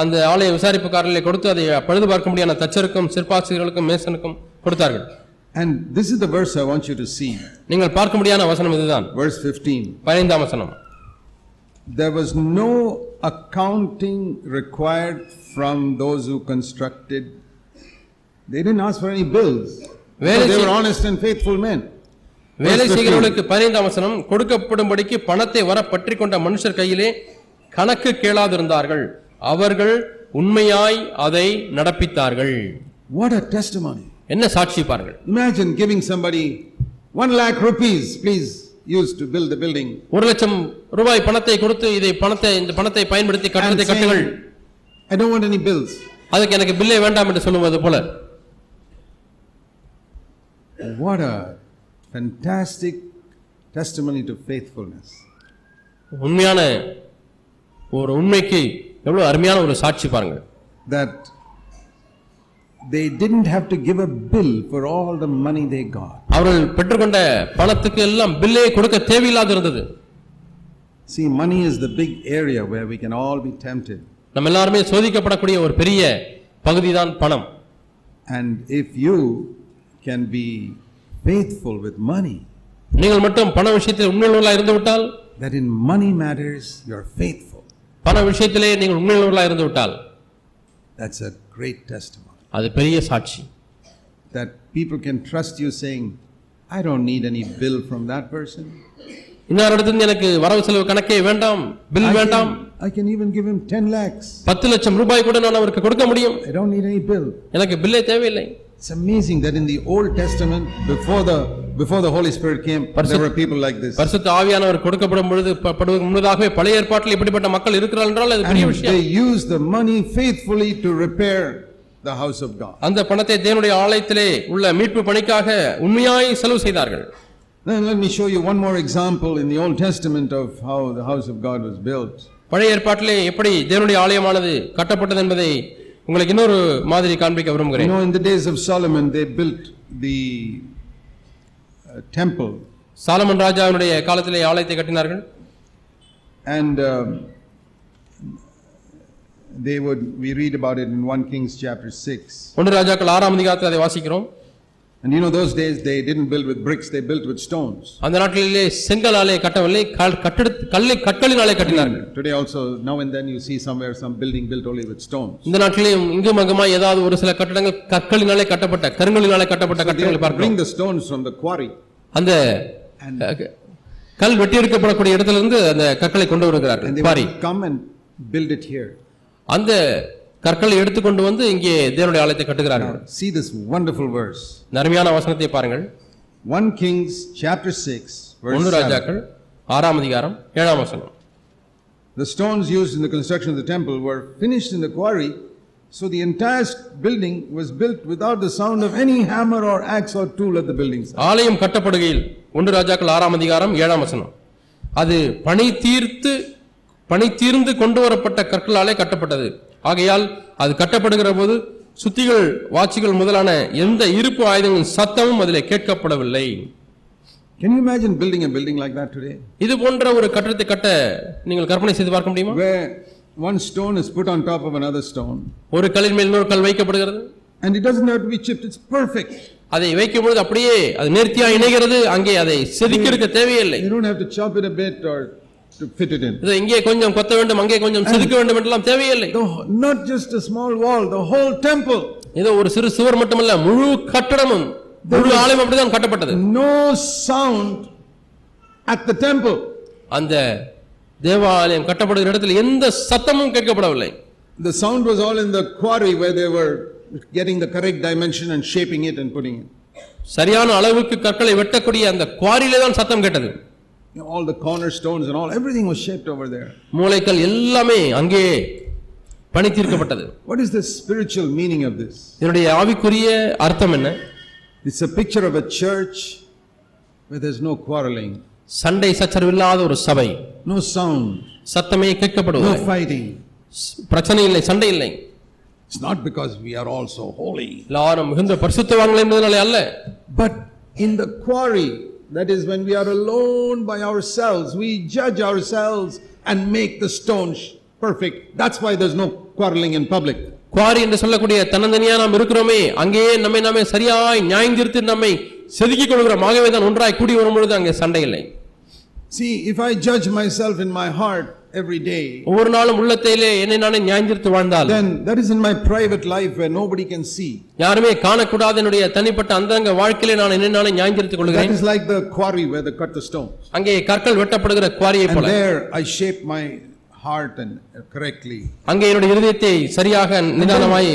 அந்த ஆலய விசாரிப்புக்காரர்களை கொடுத்து அதை பழுது பார்க்க முடியாத தச்சருக்கும் சிற்பாசிரியர்களுக்கும் மேசனுக்கும் கொடுத்தார்கள் And this is the verse I want you to see, நீங்கள் பார்க்க முடியாத வசனம் இதுதான் verse 15. பதினைந்தாம் வசனம் There was no accounting required from those who constructed. They didn't ask for any bills. Where Because is they it? were honest and faithful men. வேலை Verse 15. செய்கிறவர்களுக்கு பதினைந்தாம் வசனம் கொடுக்கப்படும்படிக்கு பணத்தை வர பற்றி கொண்ட மனுஷர் கையிலே கணக்கு கேளாதிருந்தார்கள் அவர்கள் உண்மையாய் அதை நடப்பித்தார்கள் What a testimony. என்ன சாட்சி பாருங்கள் Imagine giving somebody one lakh rupees, please use to build the building. ஒரு லட்சம் ரூபாய் பணத்தை கொடுத்து இதை பணத்தை இந்த பணத்தை பயன்படுத்தி and கட்டணத்தை கட்டுங்கள் saying, I don't want any bills. அதுக்கு எனக்கு பில்லே வேண்டாம் என்று சொல்லுவது போல What a fantastic testimony to faithfulness. உண்மையான ஒரு உண்மைக்கு எவ்வளவு அருமையான ஒரு சாட்சி பாருங்கள் That they didn't have to give a bill for all the money they got. அவர்கள் பெற்றுக்கொண்ட பணத்துக்கு எல்லாம் பில்லே கொடுக்க தேவையில்லாது இருந்தது See, money is the big area where we can all be tempted. நம்ம எல்லாருமே சோதிக்கப்படக்கூடிய ஒரு பெரிய பகுதிதான் பணம் And if you can be faithful with money, நீங்கள் மட்டும் பண விஷயத்தில் உண்மையுள்ளவர்களாக இருந்துவிட்டால் that in money matters you're faithful, பண விஷயத்திலே நீங்கள் உண்மையுள்ளவர்களாக இருந்துவிட்டால் that's a great testimony. அது பெரிய சாட்சி That people can trust you saying, I don't need any bill from that person. இன்னாரிடத்திலிருந்து எனக்கு வரவு செலவு கணக்கே வேண்டாம் பில் I வேண்டாம் can, I can even give him 10 lakhs. பத்து லட்சம் ரூபாய் கூட நான் அவருக்கு கொடுக்க முடியும் I don't need any bill. எனக்கு பில்லே தேவையில்லை It's amazing that in the Old Testament, before the, before the Holy Spirit came, there were people like this. பரிசுத்த ஆவியானவர் கொடுக்கப்படும் பொழுது ப- படுவதற்கு முன்னதாகவே பழைய ஏற்பாட்டில் இப்படிப்பட்ட மக்கள் இருக்கிறார்கள் என்றால் அது பெரிய And விஷயம் they used the money faithfully to repair the house of God. அந்த பணத்தை தேவனுடைய ஆலயத்திலே உள்ள மீட்பு பணிக்காக உண்மையாய் செலவு செய்தார்கள் Then let me show you one more example in the Old Testament of how the house of God was built. பழைய ஏற்பாட்டிலே எப்படி தேவனுடைய ஆலயமானது கட்டப்பட்டது என்பதை உங்களுக்கு இன்னொரு மாதிரி காண்பிக்க You விரும்புகிறேன் know, in the days of Solomon, they built the uh, temple Solomon ராஜாவினுடைய காலத்திலே ஆலயத்தை கட்டினார்கள் and um, they would, we read about it in 1 Kings chapter 6. ஒன்று ராஜாக்கள் ஆறாம் அதிகாரத்தில் அதை வாசிக்கிறோம் And you know, those days they didn't build with bricks, they built with stones. அந்த நாட்களிலே செங்கலாலே கட்டவில்லை கல் கட்டிட கல்லை கற்களினாலே கட்டினார்கள் Today also, now and then you see somewhere some building built only with stones. இந்த நாட்டிலே இங்கும் அங்குமாய் ஏதாவது ஒரு சில கட்டடங்கள் கற்களினாலே கட்டப்பட்ட கருங்கலினாலே கட்டப்பட்ட They கட்டடங்களை பார்க்கிறோம் bring the stones from the quarry அந்த அஹ், கல் வெட்டி எடுக்கப்படக்கூடிய இடத்திலிருந்து அந்த கற்களை கொண்டு and வருகிறார்கள் they Pari would come and build it here. அந்த கற்களை எடுத்துக்கொண்டு வந்து இங்கே தேவனுடைய ஆலயத்தை கட்டுகிறார்கள் See this wonderful verse. இந்த அருமையான வசனத்தை பாருங்கள் 1 Kings chapter 6, verse ஒன்று 7. ராஜாக்கள் ஆறாம் அதிகாரம் ஏழாம் வசனம் The stones used in the construction of the temple were finished in the quarry, so the entire building was built without the sound of any hammer or axe or tool at the building site. ஆலயம் கட்டப்படுகையில் ஒன்று ராஜாக்கள் ஆறாம் அதிகாரம் ஏழாம் வசனம் அது பணி தீர்த்து பணி தீர்ந்து கொண்டு வரப்பட்ட கற்களாலே கட்டப்பட்டது ஆகையால் அது கட்டப்படுகிற போது சுத்திகள் வாச்சிகள் முதலான எந்த இருப்பு ஆயுதங்களின் சத்தமும் அதிலே கேட்கப்படவில்லை Can you imagine building a building like that today? இது போன்ற ஒரு கட்டடத்தை கட்ட நீங்கள் கற்பனை செய்து பார்க்க முடியுமா Where one stone is put on top of another stone, ஒரு கல்லின் மேல் இன்னொரு கல் வைக்கப்படுகிறது and it doesn't have to be chipped, it's perfect. அதை வைக்கும் பொழுது அப்படியே அது நேர்த்தியா இணைகிறது அங்கே அதை செதுக்கி இருக்க தேவையில்லை You don't have to chop it a bit or to fit it in. இதோ இங்கே கொஞ்சம் கொத்த வேண்டும் அங்கே கொஞ்சம் செதுக்க வேண்டும் என்றெல்லாம் தேவையில்லை The- not just a small wall, the whole temple. ஏதோ ஒரு சிறு சுவர் மட்டுமல்ல முழு கட்டடமும் முழு ஆலயம் அப்படிதான் கட்டப்பட்டது No sound at the temple. அந்த தேவாலயம் கட்டப்படுகிற இடத்துல எந்த சத்தமும் கேட்கப்படவில்லை The sound was all in the quarry where they were getting the correct dimension and shaping it and putting சரியான அளவுக்கு கற்களை வெட்டக்கூடிய அந்த குவாரியிலே தான் சத்தம் கேட்டது it. All the cornerstones and all, everything was shaped over there. மூளைக்கல் எல்லாமே அங்கே பணி தீர்க்கப்பட்டது What is the spiritual meaning of this? இதனுடைய ஆவிக்குரிய அர்த்தம் என்ன It's a picture of a church where there's no quarreling, சண்டை சச்சரவு இல்லாத ஒரு சபை no sound, சத்தமே no கேட்கப்படுவது fighting. பிரச்சனை இல்லை சண்டை இல்லை It's not because we are all so holy. எல்லாரும் மிகுந்த பரிசுத்தவான்கள் என்பதனாலே அல்ல But in the quarry, that is when we are alone by ourselves, we judge ourselves and make the stone sh- perfect. That's why there's no quarreling in public. குவாரி என்று சொல்லக்கூடிய தன்னந்தனியா நாம் இருக்கிறோமே அங்கேயே நம்மை நாமே சரியாய் நியாயந்திருத்து நம்மை செதுக்கிக் கொள்கிறோம் ஆகவே தான் ஒன்றாய் கூடி வரும்பொழுது அங்கே சண்டை இல்லை See, if I judge myself in my heart every day, ஒவ்வொரு நாளும் உள்ளத்திலே என்னை நானே நியாயந்திருத்து வாழ்ந்தால் then that is in my private life where nobody can see. யாருமே காணக்கூடாத என்னுடைய தனிப்பட்ட அந்தரங்க வாழ்க்கையிலே நான் என்னை நானே நியாயந்திருத்துக் That கொள்கிறேன் is like the quarry where they cut the stones. அங்கே கற்கள் வெட்டப்படுகிற குவாரியை And போல there I shape my heart and correctly. அங்கே என்னுடைய இருதயத்தை சரியாக நிதானமாய்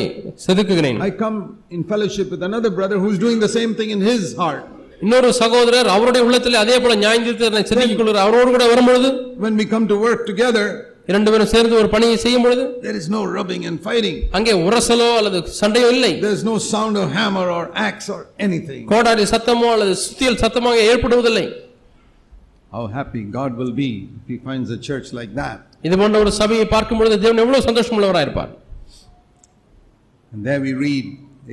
செதுக்குகிறேன் I come in fellowship with another brother who's doing the same thing in his heart. இன்னொரு சகோதரர் அவருடைய உள்ளத்திலே அதே போல நியாயந்திருத்து செதுக்கிக் கொள்கிறார் அவரோடு கூட வரும்பொழுது When we come to work together, இரண்டு பேரும் சேர்ந்து ஒரு பணியை செய்யும் பொழுது there is no rubbing and fighting. அங்கே உரசலோ அல்லது சண்டையோ இல்லை There's no sound of hammer or axe or anything. கோடாரி சத்தமோ அல்லது சுத்தியல் சத்தமாக ஏற்படுவதில்லை How happy God will be if he finds a church like that. இது போன்ற ஒரு சபையை பார்க்கும் பொழுது தேவன் எவ்வளவு சந்தோஷம் உள்ளவராக இருப்பார் And there we read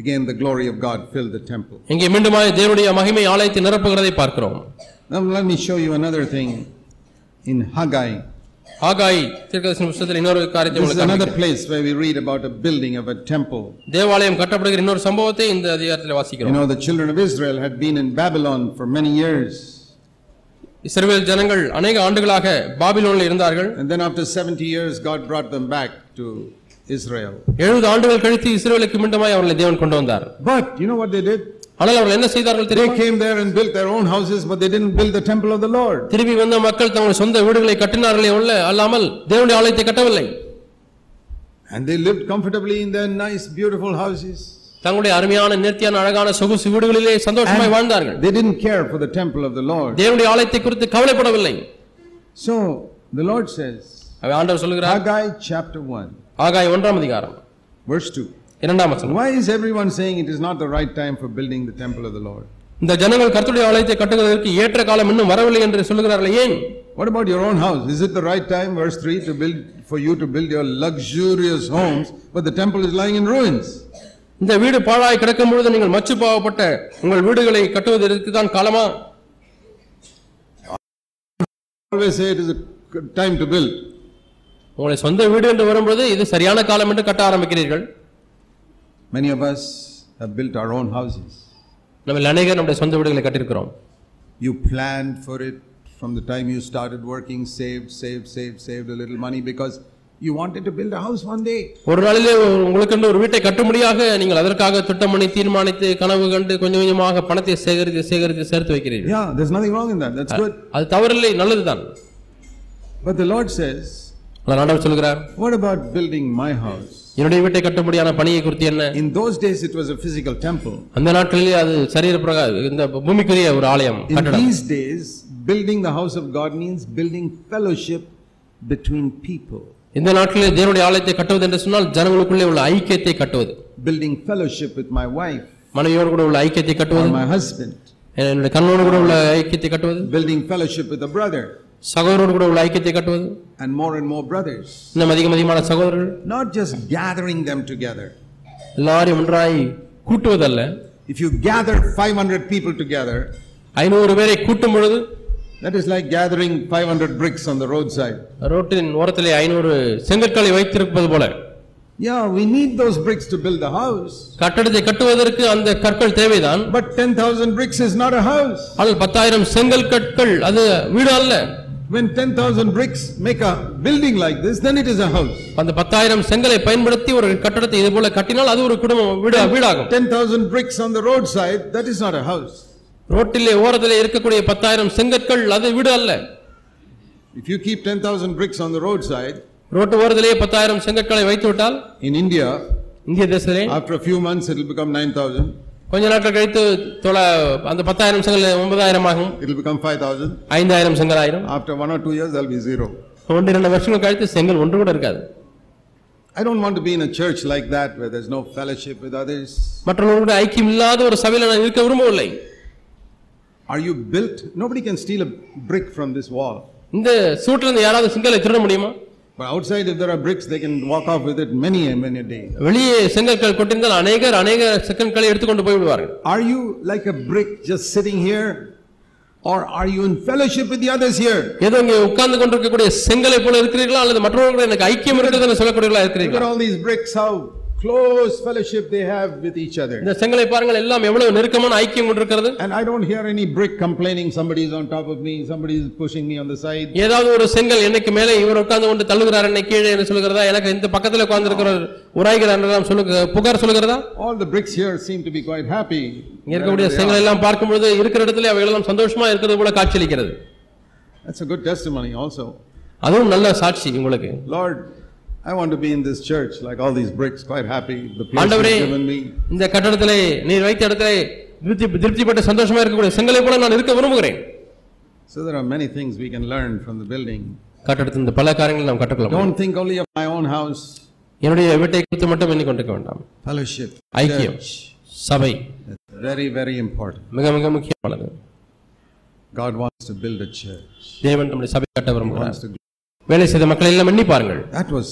again the glory of God filled the temple. இங்கே மீண்டுமாய் தேவனுடைய மகிமை ஆலயத்தை நிரப்புகிறதை பார்க்கிறோம் Now let me show you another thing in Haggai. ஆகாய் தீர்க்கதரிசன புஸ்தகத்தில் இன்னொரு காரியத்தை This is உங்களுக்கு another காண்பிக்கிறேன். place where we read about a building of a temple. தேவாலயம் கட்டப்படுகிற இன்னொரு சம்பவத்தை இந்த அதிகாரத்தில் You வாசிக்கிறோம் know, the children of Israel had been in Babylon for many years. இஸ்ரவேல் ஜனங்கள் அநேக ஆண்டுகளாக பாபிலோனில் இருந்தார்கள் And then after 70 years, God brought them back to Israel. எழுபது ஆண்டுகள் கழித்து இஸ்ரவேலுக்கு மீண்டுமாய் அவர்களை தேவன் கொண்டு வந்தார் But you know what they did? ஆனால் அவர்கள் என்ன செய்தார்கள் They தெரியுமா came there and built their own houses, but they didn't build the temple of the Lord. திரும்பி வந்த மக்கள் தங்கள் சொந்த வீடுகளை கட்டினார்களே உள்ள அல்லாமல் தேவனுடைய ஆலயத்தை கட்டவில்லை And they lived comfortably in their nice, beautiful houses. தங்களுடைய அருமையான நேர்த்தியான அழகான சொகுசு வீடுகளிலே சந்தோஷமாய் வாழ்ந்தார்கள் They didn't care for the temple of the Lord. தேவனுடைய ஆலயத்தை குறித்து கவலைப்படவில்லை So the Lord says, அவை ஆண்டவர் சொல்லுகிறார் Haggai chapter 1, ஆகாய் ஒன்றாம் அதிகாரம் verse 2. இரண்டாம் வசனம் Why is everyone saying it is not the right time for building the temple of the Lord? இந்த ஜனங்கள் கர்த்தருடைய ஆலயத்தை கட்டுவதற்கு ஏற்ற காலம் இன்னும் வரவில்லை என்று சொல்லுகிறார்கள் ஏன் What about your own house? Is it the right time, verse 3, to build, for you to build your luxurious homes, but the temple is lying in ruins? இந்த வீடு பாழாய் கிடக்கும் பொழுது நீங்கள் மச்சு பாவப்பட்ட உங்கள் வீடுகளை கட்டுவதற்கு தான் காலமா Always say it is a good time to build. உங்களுடைய சொந்த வீடு என்று வரும்பொழுது இது சரியான காலம் என்று கட்ட ஆரம்பிக்கிறீர்கள் Many of us have built our own houses. நம்ம அநேகர் நம்முடைய சொந்த வீடுகளை கட்டியிருக்கிறோம் You planned for it from the time you started working, saved, saved, saved, saved a little money because you wanted to build a house one day. ஒரு நாளிலே ஒரு- உங்களுக்கென்று ஒரு வீட்டை கட்டும்படியாக நீங்கள் அதற்காக திட்டம் பண்ணி தீர்மானித்து கனவு கண்டு கொஞ்சம் கொஞ்சமாக பணத்தை சேகரித்து சேகரித்து சேர்த்து வைக்கிறீர்கள் Yeah, there's nothing wrong in that. That's good. அது தவறில்லை நல்லதுதான் But the Lord says, ஆனால் ஆண்டவர் சொல்கிறார் What about building my house? என்னுடைய வீட்டை கட்டும்படியான பணியை குறித்து என்ன In those days, it was a physical temple. அந்த நாட்களிலே அது சரீர பிரகா- இந்த பூமிக்குரிய ஒரு ஆலயம் In கட்டடம் these days, building the house of God means building fellowship between people, இந்த நாட்களிலே தேவனுடைய ஆலயத்தை கட்டுவது என்று சொன்னால் ஜனங்களுக்குள்ளே உள்ள ஐக்கியத்தை கட்டுவது building fellowship with my wife மனைவியோடு கூட உள்ள ஐக்கியத்தை or கட்டுவது my husband, என்னுடைய கண்ணோடு கூட உள்ள ஐக்கியத்தை கட்டுவது building fellowship with a brother சகோதரோடு கூட உள்ள ஐக்கியத்தை கட்டுவது and more and more brothers. இன்னும் அதிகம் அதிகமான சகோதரர்கள் Not just gathering them together. எல்லாரையும் ஒன்றாய் கூட்டுவதல்ல If you gather 500 people together, ஐநூறு பேரை கூட்டும் பொழுது that is like gathering 500 bricks on the roadside. ரோட்டின் ஓரத்திலே ஐநூறு செங்கற்களை வைத்திருப்பது போல Yeah, we need those bricks to build the house. கட்டடத்தை கட்டுவதற்கு அந்த கற்கள் தேவைதான் But 10,000 bricks is not a house. ஆனால் பத்தாயிரம் செங்கல் கற்கள் அது வீடு அல்ல When ten thousand bricks make a building like this, then it is a house. அந்த பத்தாயிரம் செங்கலை பயன்படுத்தி ஒரு கட்டடத்தை இது போல கட்டினால் அது ஒரு குடும்பம் வீடு வீடாகும் Ten thousand bricks on the roadside, that is not a house. ரோட்டிலே ஓரத்திலே இருக்கக்கூடிய பத்தாயிரம் செங்கற்கள் அது வீடு அல்ல If you keep ten thousand bricks on the roadside, road ஓரத்திலே பத்தாயிரம் செங்கற்களை வைத்து விட்டால் in India, இந்திய தேசத்திலே after a few months, it will become nine thousand, கொஞ்ச நாட்கள் கழித்து தொல அந்த பத்தாயிரம் செங்கல் ஒன்பதாயிரம் ஆகும் it will become five thousand, ஐந்தாயிரம் செங்கல் ஆயிரும் after one or two years, there'll be zero. ஒன்று இரண்டு வருஷங்கள் கழித்து செங்கல் ஒன்று கூட இருக்காது I don't want to be in a church like that where there's no fellowship with others. மற்றவர்களுடைய ஐக்கியம் இல்லாத ஒரு சபையில நான் இருக்க விரும்பவில்லை Are you built? Nobody can steal a brick from this wall. இந்த சூட்டில் இருந்து யாராவது செங்கலை திருட முடியுமா But outside, if there are bricks, they can walk off with it many, and many a day. வெளியே செங்கற்கள் கொட்டிருந்தால் அநேகர் அநேக செங்கற்களை எடுத்துக்கொண்டு போய் விடுவார்கள் Are you like a brick just sitting here? Or are you in fellowship with the others here? ஏதோ இங்கே உட்கார்ந்து கொண்டிருக்கக்கூடிய செங்கலை போல இருக்கிறீர்களா அல்லது மற்றவர்களுக்கு எனக்கு ஐக்கியம் இருக்கிறது என்று சொல்லக்கூடியவர்களா Look at இருக்கிறீர்களா all these bricks, how close fellowship they have with each other. இந்த செங்கலை பாருங்கள் எல்லாம் எவ்வளவு நெருக்கமான ஐக்கியம் கொண்டிருக்கிறது And I don't hear any brick complaining, somebody is on top of me, somebody is pushing me on the side. ஏதாவது ஒரு செங்கல் என்னைக்கு மேலே இவர் உட்கார்ந்து கொண்டு தள்ளுகிறார் என்னை கீழே என்று சொல்லுகிறதா எனக்கு இந்த பக்கத்துல உட்கார்ந்து இருக்கிற உராய்கிறார் என்றெல்லாம் சொல்லு புகார் சொல்லுகிறதா All the bricks here seem to be quite happy. இங்க இருக்கக்கூடிய செங்கல் எல்லாம் பார்க்கும்பொழுது இருக்கிற இடத்துல அவைகள் எல்லாம் சந்தோஷமா இருக்கிறது போல காட்சியளிக்கிறது That's a good testimony also. அதுவும் நல்ல சாட்சி உங்களுக்கு Lord, I want to be in this church like all these bricks, quite happy, the place ஆண்டவரே you've given me. இந்த கட்டடத்திலே நீர் வைத்த இடத்திலே திருப்தி திருப்திப்பட்டு சந்தோஷமா இருக்கக்கூடிய செங்கலை போல நான் இருக்க விரும்புகிறேன் So there are many things we can learn from the building. கட்டடத்தின் இந்த பல காரியங்களை நாம் கற்றுக்கொள்ள Don't think only of my own house, என்னுடைய வீட்டை குறித்து மட்டும் எண்ணிக்கொண்டிருக்க வேண்டாம் fellowship, ஐக்கியம் சபை That's very, very important. மிக மிக முக்கியமானது God wants to build a church. தேவன் நம்முடைய சபை கட்ட He விரும்புகிறார் wants to. வேலை செய்த மக்களை எல்லாம் எண்ணி பாருங்கள் That was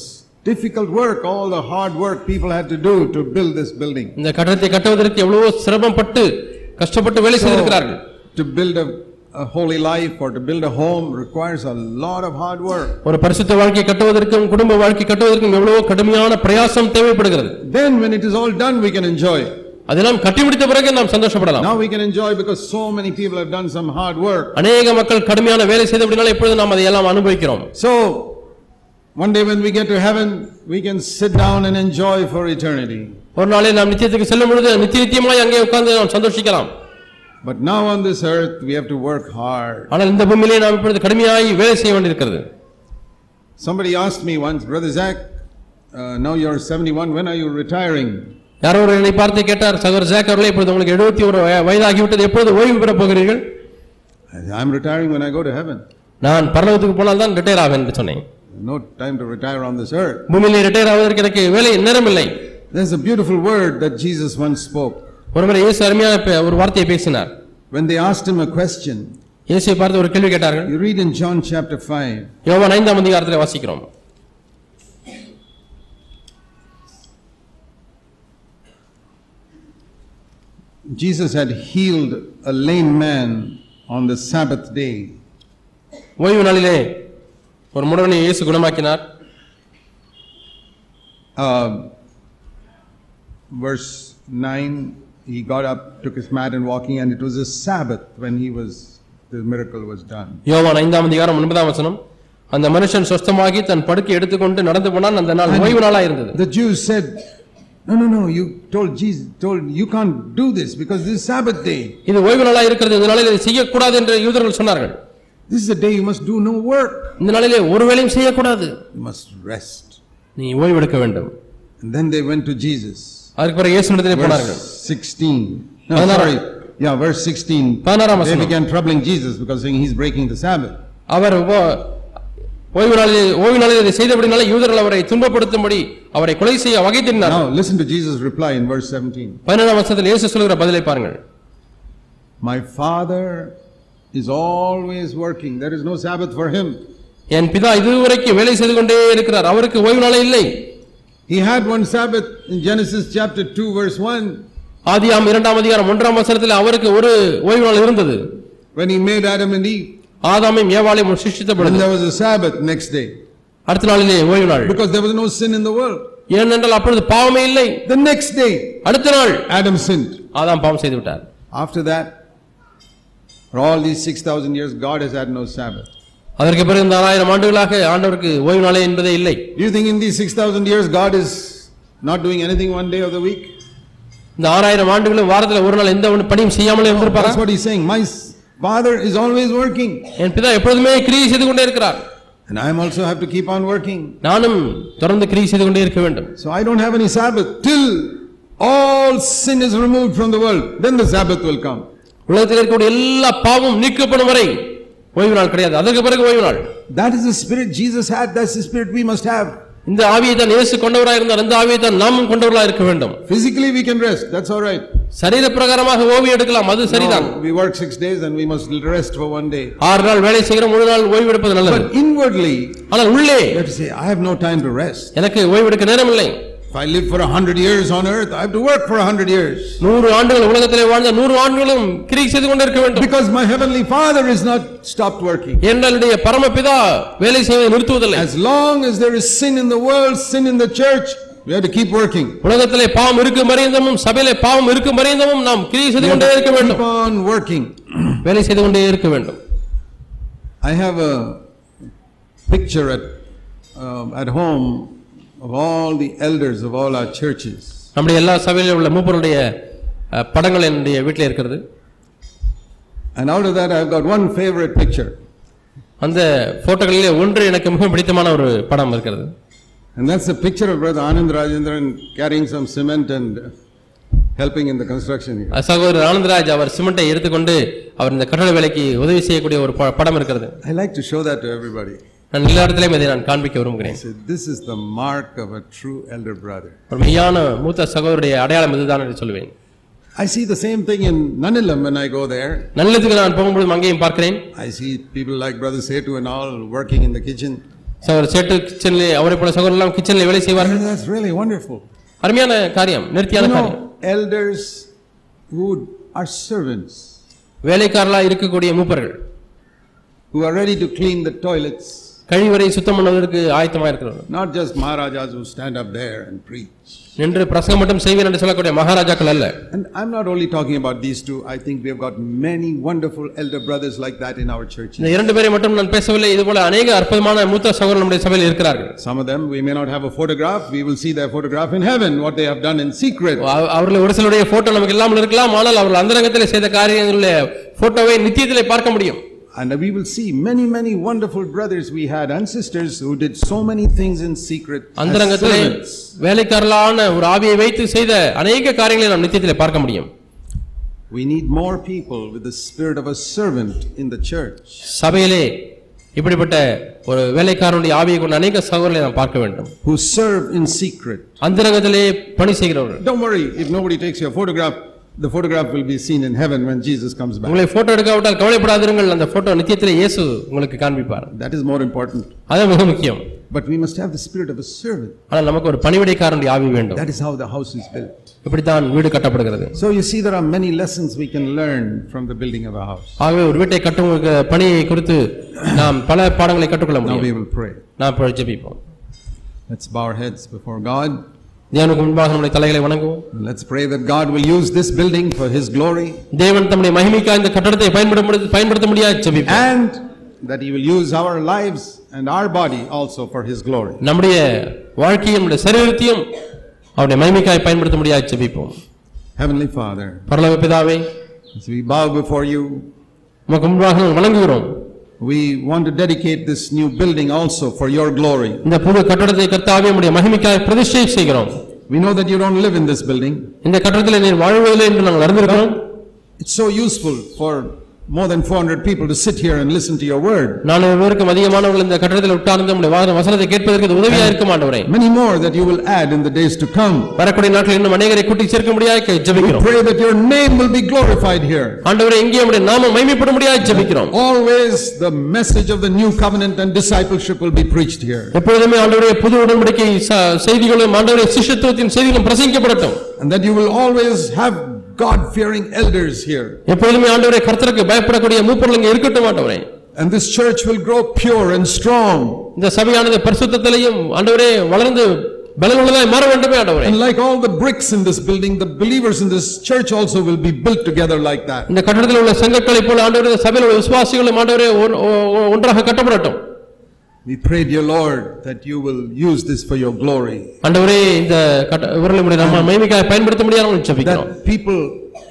difficult work, all the hard work people had to do to build this building. இந்த கட்டடத்தை கட்டுவதற்கு எவ்வளவோ சிரமப்பட்டு கஷ்டப்பட்டு வேலை செய்திருக்கிறார்கள் To build a, a holy life or to build a home requires a lot of hard work. ஒரு பரிசுத்த வாழ்க்கை கட்டுவதற்கும் குடும்ப வாழ்க்கை கட்டுவதற்கும் எவ்வளவோ கடுமையான பிரயாசம் தேவைப்படுகிறது Then when it is all done, we can enjoy it. அதெல்லாம் கட்டி முடித்த பிறகு நாம் சந்தோஷப்படலாம் Now we can enjoy because so many people have done some hard work. அநேக மக்கள் கடுமையான வேலை செய்த அப்படினால இப்பொழுது நாம் அதையெல்லாம் அனுபவிக்கிறோம் So, one day when we get to heaven, we can sit down and enjoy for eternity. ஒரு நாளை நாம் நித்தியத்துக்கு செல்லும் பொழுது நித்திய நித்தியமாய் அங்கே உட்கார்ந்து நாம் சந்தோஷிக்கலாம் But now on this earth, we have to work hard. ஆனால் இந்த பூமியிலே நாம் இப்பொழுது கடுமையாய் வேலை செய்ய வேண்டியிருக்கிறது Somebody asked me once, Brother Zach, uh, now you're 71, when are you retiring? யாரோ ஒரு என்னை பார்த்து கேட்டார் சகோதர ஜாக் அவர்களே இப்பொழுது உங்களுக்கு எழுபத்தி ஒரு வய- வயதாகிவிட்டது எப்பொழுது ஓய்வு பெறப் போகிறீர்கள் I said, I'm retiring when I go to heaven. நான் பரலோகத்துக்கு போனால் தான் ரிட்டையர் ஆவேன் என்று சொன்னேன் No time to retire on this earth. பூமியிலே ரிட்டையர் ஆவதற்கு எனக்கு வேலை நேரம் இல்லை There's a beautiful word that Jesus once spoke. ஒருமுறை இயேசு அருமையான பே- ஒரு வார்த்தையை பேசினார் When they asked him a question, இயேசுவை பார்த்து ஒரு கேள்வி கேட்டார்கள் you read in John chapter 5, யோவான் ஐந்தாம் அதிகாரத்தில் வாசிக்கிறோம் Jesus had healed a lame man on the Sabbath day. ஓய்வு நாளிலே ஒரு முடவனை இயேசு குணமாக்கினார் Uh, verse 9 he got up, took his mat, and walking, and it was a Sabbath when he was, the miracle was done. யோவான் ஐந்தாம் அதிகாரம் ஒன்பதாம் வசனம் அந்த மனுஷன் சொஸ்தமாகி தன் படுக்கை எடுத்துக்கொண்டு நடந்து போனான் அந்த நாள் ஓய்வு நாளா இருந்தது The Jews said, No, no, no, you told Jesus, told you can't do this because this is Sabbath day. இது ஓய்வு நாளா இருக்கிறது இந்த நாளில் இதை செய்யக்கூடாது என்று யூதர்கள் சொன்னார்கள் This is a day you must do no work, இந்த நாளிலே ஒரு வேலையும் செய்யக்கூடாது you must rest. நீ ஓய்வெடுக்க வேண்டும் And then they went to Jesus. அதுக்கு பிறகு இயேசு நடத்திலே போனார்கள் Verse 16. No, பதினாறாம். sorry. Yeah, verse 16. பதினாறாம் They வசனம் began troubling Jesus because saying he's breaking the Sabbath. அவர் ஓ- ஓய்வு நாளில் ஓய்வு நாளில் இதை செய்தபடினால யூதர்கள் அவரை துன்பப்படுத்தும்படி அவரை கொலை செய்ய வகை தின்னார் Now listen to Jesus' reply in verse 17. பதினேழாம் வருஷத்தில் இயேசு சொல்லுகிற பதிலை பாருங்கள் My Father is always working. There is no Sabbath for him. என் பிதா இதுவரைக்கும் வேலை செய்து கொண்டே இருக்கிறார் அவருக்கு ஓய்வு நாளே இல்லை He had one Sabbath in Genesis chapter 2, verse 1, ஆதியாம் இரண்டாம் அதிகாரம் ஒன்றாம் வசனத்தில் அவருக்கு ஒரு ஓய்வு நாள் இருந்தது when he made Adam and Eve. ஆதாமையும் ஏவாளையும் சிருஷ்டித்த And பொழுது there was a Sabbath next day அடுத்த நாளிலே ஓய்வு நாள் because there was no sin in the world. ஏனென்றால் அப்பொழுது பாவமே இல்லை The next day, அடுத்த நாள் Adam sinned. ஆதாம் பாவம் செய்து விட்டார் After that, for all these 6,000 years, God has had no Sabbath. அதற்கு பிறகு நாலாயிரம் ஆண்டுகளாக ஆண்டவருக்கு ஓய்வு நாளே என்பதே இல்லை Do you think in these 6,000 years God is not doing anything one day of the week? இந்த ஆறாயிரம் ஆண்டுகளும் வாரத்தில் ஒரு நாள் எந்த ஒரு பணியும் செய்யாமலே இருந்திருப்பாரா That's what he's saying. My s- father is always working, என் பிதா எப்பொழுதுமே கிரியை செய்து கொண்டே இருக்கிறார் and I am also have to keep on working. நானும் தொடர்ந்து கிரியை செய்து கொண்டே இருக்க வேண்டும் So I don't have any Sabbath till all sin is removed from the world. Then the Sabbath will come. உலகத்தில் இருக்கக்கூடிய எல்லா பாவமும் நீக்கப்படும் வரை ஓய்வு நாள் கிடையாது அதற்கு பிறகு ஓய்வு நாள் That is the spirit Jesus had. That's the spirit we must have. இந்த ஆவியை தான் இயேசு கொண்டவராக இருந்தார் அந்த ஆவியை தான் நாமும் கொண்டவர்களாக இருக்க வேண்டும் Physically, we can rest. That's all right. சரீர பிரகாரமாக ஓய்வு எடுக்கலாம் அது சரிதான் No, we work six days and we must rest for one day. ஆறு நாள் வேலை செய்கிறோம் ஒரு நாள் ஓய்வு எடுப்பது நல்லது But inwardly, ஆனால் உள்ளே you have to say, I have no time to rest. எனக்கு ஓய்வு எடுக்க நேரம் இல்லை If I live for a hundred years on earth, I have to work for a hundred years. நூறு ஆண்டுகள் உலகத்திலே வாழ்ந்த நூறு ஆண்டுகளும் கிரியை செய்து கொண்டே இருக்க வேண்டும் Because my heavenly father is not stopped working. என்னுடைய பரமபிதா வேலை செய்வதை நிறுத்துவதில்லை As long as there is sin in the world, sin in the church, we have to keep working. உலகத்திலே பாவம் இருக்கும் மறைந்தமும் சபையிலே பாவம் இருக்கும் மறைந்தமும் நாம் கிரியை செய்து We have கொண்டே to இருக்க keep வேண்டும் on working. வேலை செய்து கொண்டே இருக்க வேண்டும் I have a picture at, um, at home of all the elders of all our churches. நம்முடைய எல்லா சபையிலும் உள்ள மூப்பருடைய அஹ், படங்கள் என்னுடைய வீட்டில் இருக்கிறது And out of that, I've got one favorite picture. அந்த போட்டோகளிலே ஒன்று எனக்கு மிக பிடித்தமான ஒரு படம் இருக்கிறது And that's a picture of Brother Anand Rajendran carrying some cement and helping in the construction here. அஹ், சகோதரர் ஆனந்தராஜ் அவர் சிமெண்டை எடுத்துக்கொண்டு அவர் இந்த கட்டட வேலைக்கு உதவி செய்யக்கூடிய ஒரு ப- படம் இருக்கிறது I like to show that to everybody. நான் எல்லா இடத்துலையும் இதை நான் காண்பிக்க விரும்புகிறேன் Say, this is the mark of a true elder brother. ஒரு மெய்யான மூத்த சகோதரருடைய அடையாளம் இதுதான் என்று சொல்லுவேன் I see the same thing in Nanilam when I go there. நல்லதுக்கு நான் போகும்பொழுது அங்கேயும் பார்க்கிறேன் I see people like Brother Setu and all working in the kitchen. சகோதரர் சேட்டு கிச்சன்ல அவரை போல சகோதரர்லாம் கிச்சன்ல வேலை செய்வார்கள் And that's really wonderful. அருமையான காரியம் You நேர்த்தியான காரியம் know, elders who are servants, வேலைக்காரலா இருக்கக்கூடிய மூப்பர்கள் who are ready to clean the toilets, கழிவறை சுத்தம் பண்ணுவதற்கு ஆயத்தமா இருக்கிறார்கள் not just Maharajas who stand up there and preach. நின்று பிரசங்கம் மட்டும் செய்வேன் என்று சொல்லக்கூடிய மகாராஜாக்கள் அல்ல And I'm not only talking about these two, I think we have got many wonderful elder brothers like that in our churches. இந்த இரண்டு பேரை மட்டும் நான் பேசவில்லை இது போல அநேக அற்புதமான மூத்த சகோதரர் நம்முடைய சபையில் இருக்கிறார்கள் Some of them, we may not have a photograph, we will see their photograph in heaven, what they have done in secret. அவ- அவர்கள் ஒரு சிலருடைய போட்டோ நமக்கு இல்லாமல் இருக்கலாம் ஆனால் அவர்கள் அந்தரங்கத்தில் செய்த காரியங்களுடைய போட்டோவை நித்தியத்திலே பார்க்க முடியும் And we will see many, many wonderful brothers we had and sisters who did so many things in secret as அந்தரங்கத்திலே servants. வேலைக்காரலான ஒரு ஆவியை வைத்து செய்த அநேக காரியங்களை நாம் நித்தியத்திலே பார்க்க முடியும் We need more people with the spirit of a servant in the church சபையிலே இப்படிப்பட்ட ஒரு வேலைக்காரனுடைய ஆவியை கொண்ட அநேக சகோதரர்களை நாம் பார்க்க வேண்டும் who serve in secret. அந்தரங்கத்திலே பணி செய்கிறவர்கள் Don't worry, if nobody takes your photograph, the photograph will be seen in heaven when Jesus comes back. உங்களை போட்டோ எடுக்காவிட்டால் கவலைப்படாதிருங்கள் அந்த போட்டோ நித்தியத்திலே இயேசு உங்களுக்கு காண்பிப்பார் That is more important. அது மிக முக்கியம் But we must have the spirit of a servant. ஆனால் நமக்கு ஒரு பணிவிடைக்காரனுடைய ஆவி வேண்டும் That is how the house is built. இப்படித்தான் வீடு கட்டப்படுகிறது So you see, there are many lessons we can learn from the building of a house. ஆகவே ஒரு வீட்டை கட்டும் ஒரு பணியை குறித்து நாம் பல பாடங்களை கற்றுக்கொள்ள Now we முடியும் will pray. நாம் இப்போ ஜெபிப்போம் Let's bow our heads before God. தேவனுக்கு முன்பாக நம்முடைய தலைகளை வணங்குவோம் Let's pray that God will use this building for His glory தேவன் தம்முடைய மகிமைக்காக இந்த கட்டடத்தை பயன்படுத்த பயன்படுத்த முடியாது ஜெபிப்போம் and that He will use our lives and our body also for His glory. நம்முடைய வாழ்க்கையும் நம்முடைய சரீரத்தையும் அவருடைய மகிமைக்காய் பயன்படுத்த முடியாது ஜெபிப்போம் Heavenly Father, பரலோக பிதாவே as we bow before you, உமக்கு முன்பாக நாங்கள் வணங்குகிறோம் we want to dedicate this new building also for your glory. இந்த புது கட்டடத்தை கர்த்தாவே உம்முடைய மகிமைக்காய் பிரதிஷ்டை செய்கிறோம் We know that you don't live in this building. இந்த கட்டடத்தில் நீர் வாழ்வதில்லை என்று நாங்கள் அறிந்திருக்கிறோம் It's so useful for more than 400 people to sit here and listen to your word. நானூறு பேருக்கும் அதிகமானவர்கள் இந்த கட்டடத்தில் உட்கார்ந்து உம்முடைய வாத- வசனத்தை கேட்பதற்கு இது உதவியா இருக்கும் ஆண்டவரே Many more that you will add in the days to come. வரக்கூடிய நாட்களில் இன்னும் அநேகரை கூட்டி சேர்க்க முடியாது ஜெபிக்கிறோம் Pray that your name will be glorified here. ஆண்டவரே இங்கே உம்முடைய நாமம் மகிமைப்பட முடியாது ஜெபிக்கிறோம் Always the message of the new covenant and discipleship will be preached here. எப்பொழுதுமே ஆண்டவரே புது உடன்படிக்கை ச- செய்திகளும் ஆண்டவரே சிஷ்யத்துவத்தின் செய்திகளும் பிரசங்கிக்கப்படட்டும் And that you will always have God-fearing elders here. எப்பொழுதுமே ஆண்டவரே கர்த்தருக்கு பயப்படக்கூடிய மூப்பர்கள் இங்கே இருக்கட்டும் ஆண்டவரே And this church will grow pure and strong. இந்த சபையானது பரிசுத்தத்திலையும் ஆண்டவரே வளர்ந்து பலனுள்ளதாய் மாற வேண்டுமே ஆண்டவரே And like all the bricks in this building, the believers in this church also will be built together like that. இந்த கட்டடத்தில் உள்ள செங்கற்களை போல ஆண்டவரே இந்த சபையில் உள்ள விசுவாசிகளும் ஆண்டவரே ஒன்- ஒ- ஒ- ஒன்றாக கட்டப்படட்டும் We pray, dear Lord, that you will use this for your glory. ஆண்டவரே இந்த கட்ட விரலை உடைய நம்ம மகிமைக்காக பயன்படுத்த முடியாத ஜெபிக்கிறோம் That people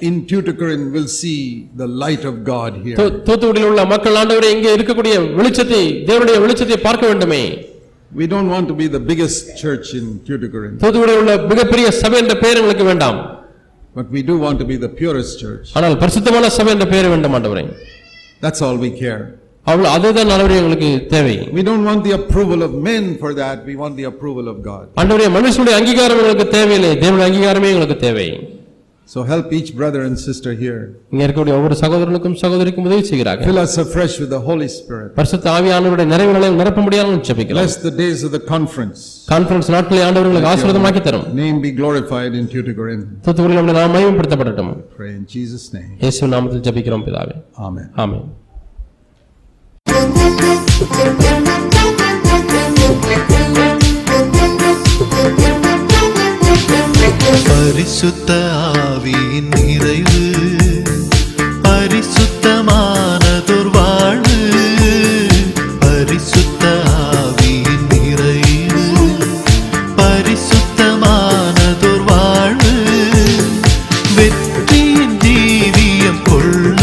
in Tuticorin will see the light of God here. தூ- தூத்துக்குடியில் உள்ள மக்கள் ஆண்டவரே இங்கே இருக்கக்கூடிய வெளிச்சத்தை தேவனுடைய வெளிச்சத்தை பார்க்க வேண்டுமே We don't want to be the biggest church in Tuticorin, தூத்துக்குடியில் உள்ள மிகப்பெரிய சபை என்ற பெயர் எங்களுக்கு வேண்டாம் but we do want to be the purest church. ஆனால் பரிசுத்தமான சபை என்ற பெயர் வேண்டும் ஆண்டவரே That's all we care. அவ்வளவு அதுதான் ஆண்டவரே எங்களுக்கு தேவை We don't want the approval of men for that, we want the approval of God. ஆண்டவரே மனுஷனுடைய அங்கீகாரம் எங்களுக்கு தேவையில்லை தேவனுடைய அங்கீகாரமே எங்களுக்கு தேவை So help each brother and sister here. இங்க இருக்கக்கூடிய ஒவ்வொரு சகோதரனுக்கும் சகோதரிக்கும் உதவி செய்கிறார்கள் Fill us afresh with the Holy Spirit. பரிசுத்த ஆவியானவருடைய நிறைவுகளை நிரப்ப முடியாமல் ஜெபிக்கிறோம் Bless the days of the conference. Conference நாட்களை ஆண்டவர்களுக்கு ஆசீர்வாதமாக்கி தரும் Name be glorified in Tuticorin. தூத்துக்குடியில் நம்முடைய நாம் மயமப்படுத்தப்படட்டும் Pray in Jesus' name. இயேசு நாமத்தில் ஜெபிக்கிறோம் பிதாவே Amen. ஆமென் பரிசுத்த ஆவியின் நிறைவு பரிசுத்தமானதொரு வாழ்வு பரிசுத்த ஆவியின் நிறைவு பரிசுத்தமானதொரு வாழ்வு வெற்றியின் ஜீவியம் கொள்ள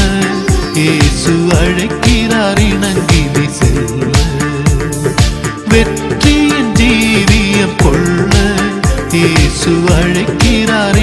இயேசு அழைக்கிறார் இணங்கினி செல்ல வெற்றியின் ஜீவியம் கொள்ள இயேசு அழைக்கிறார்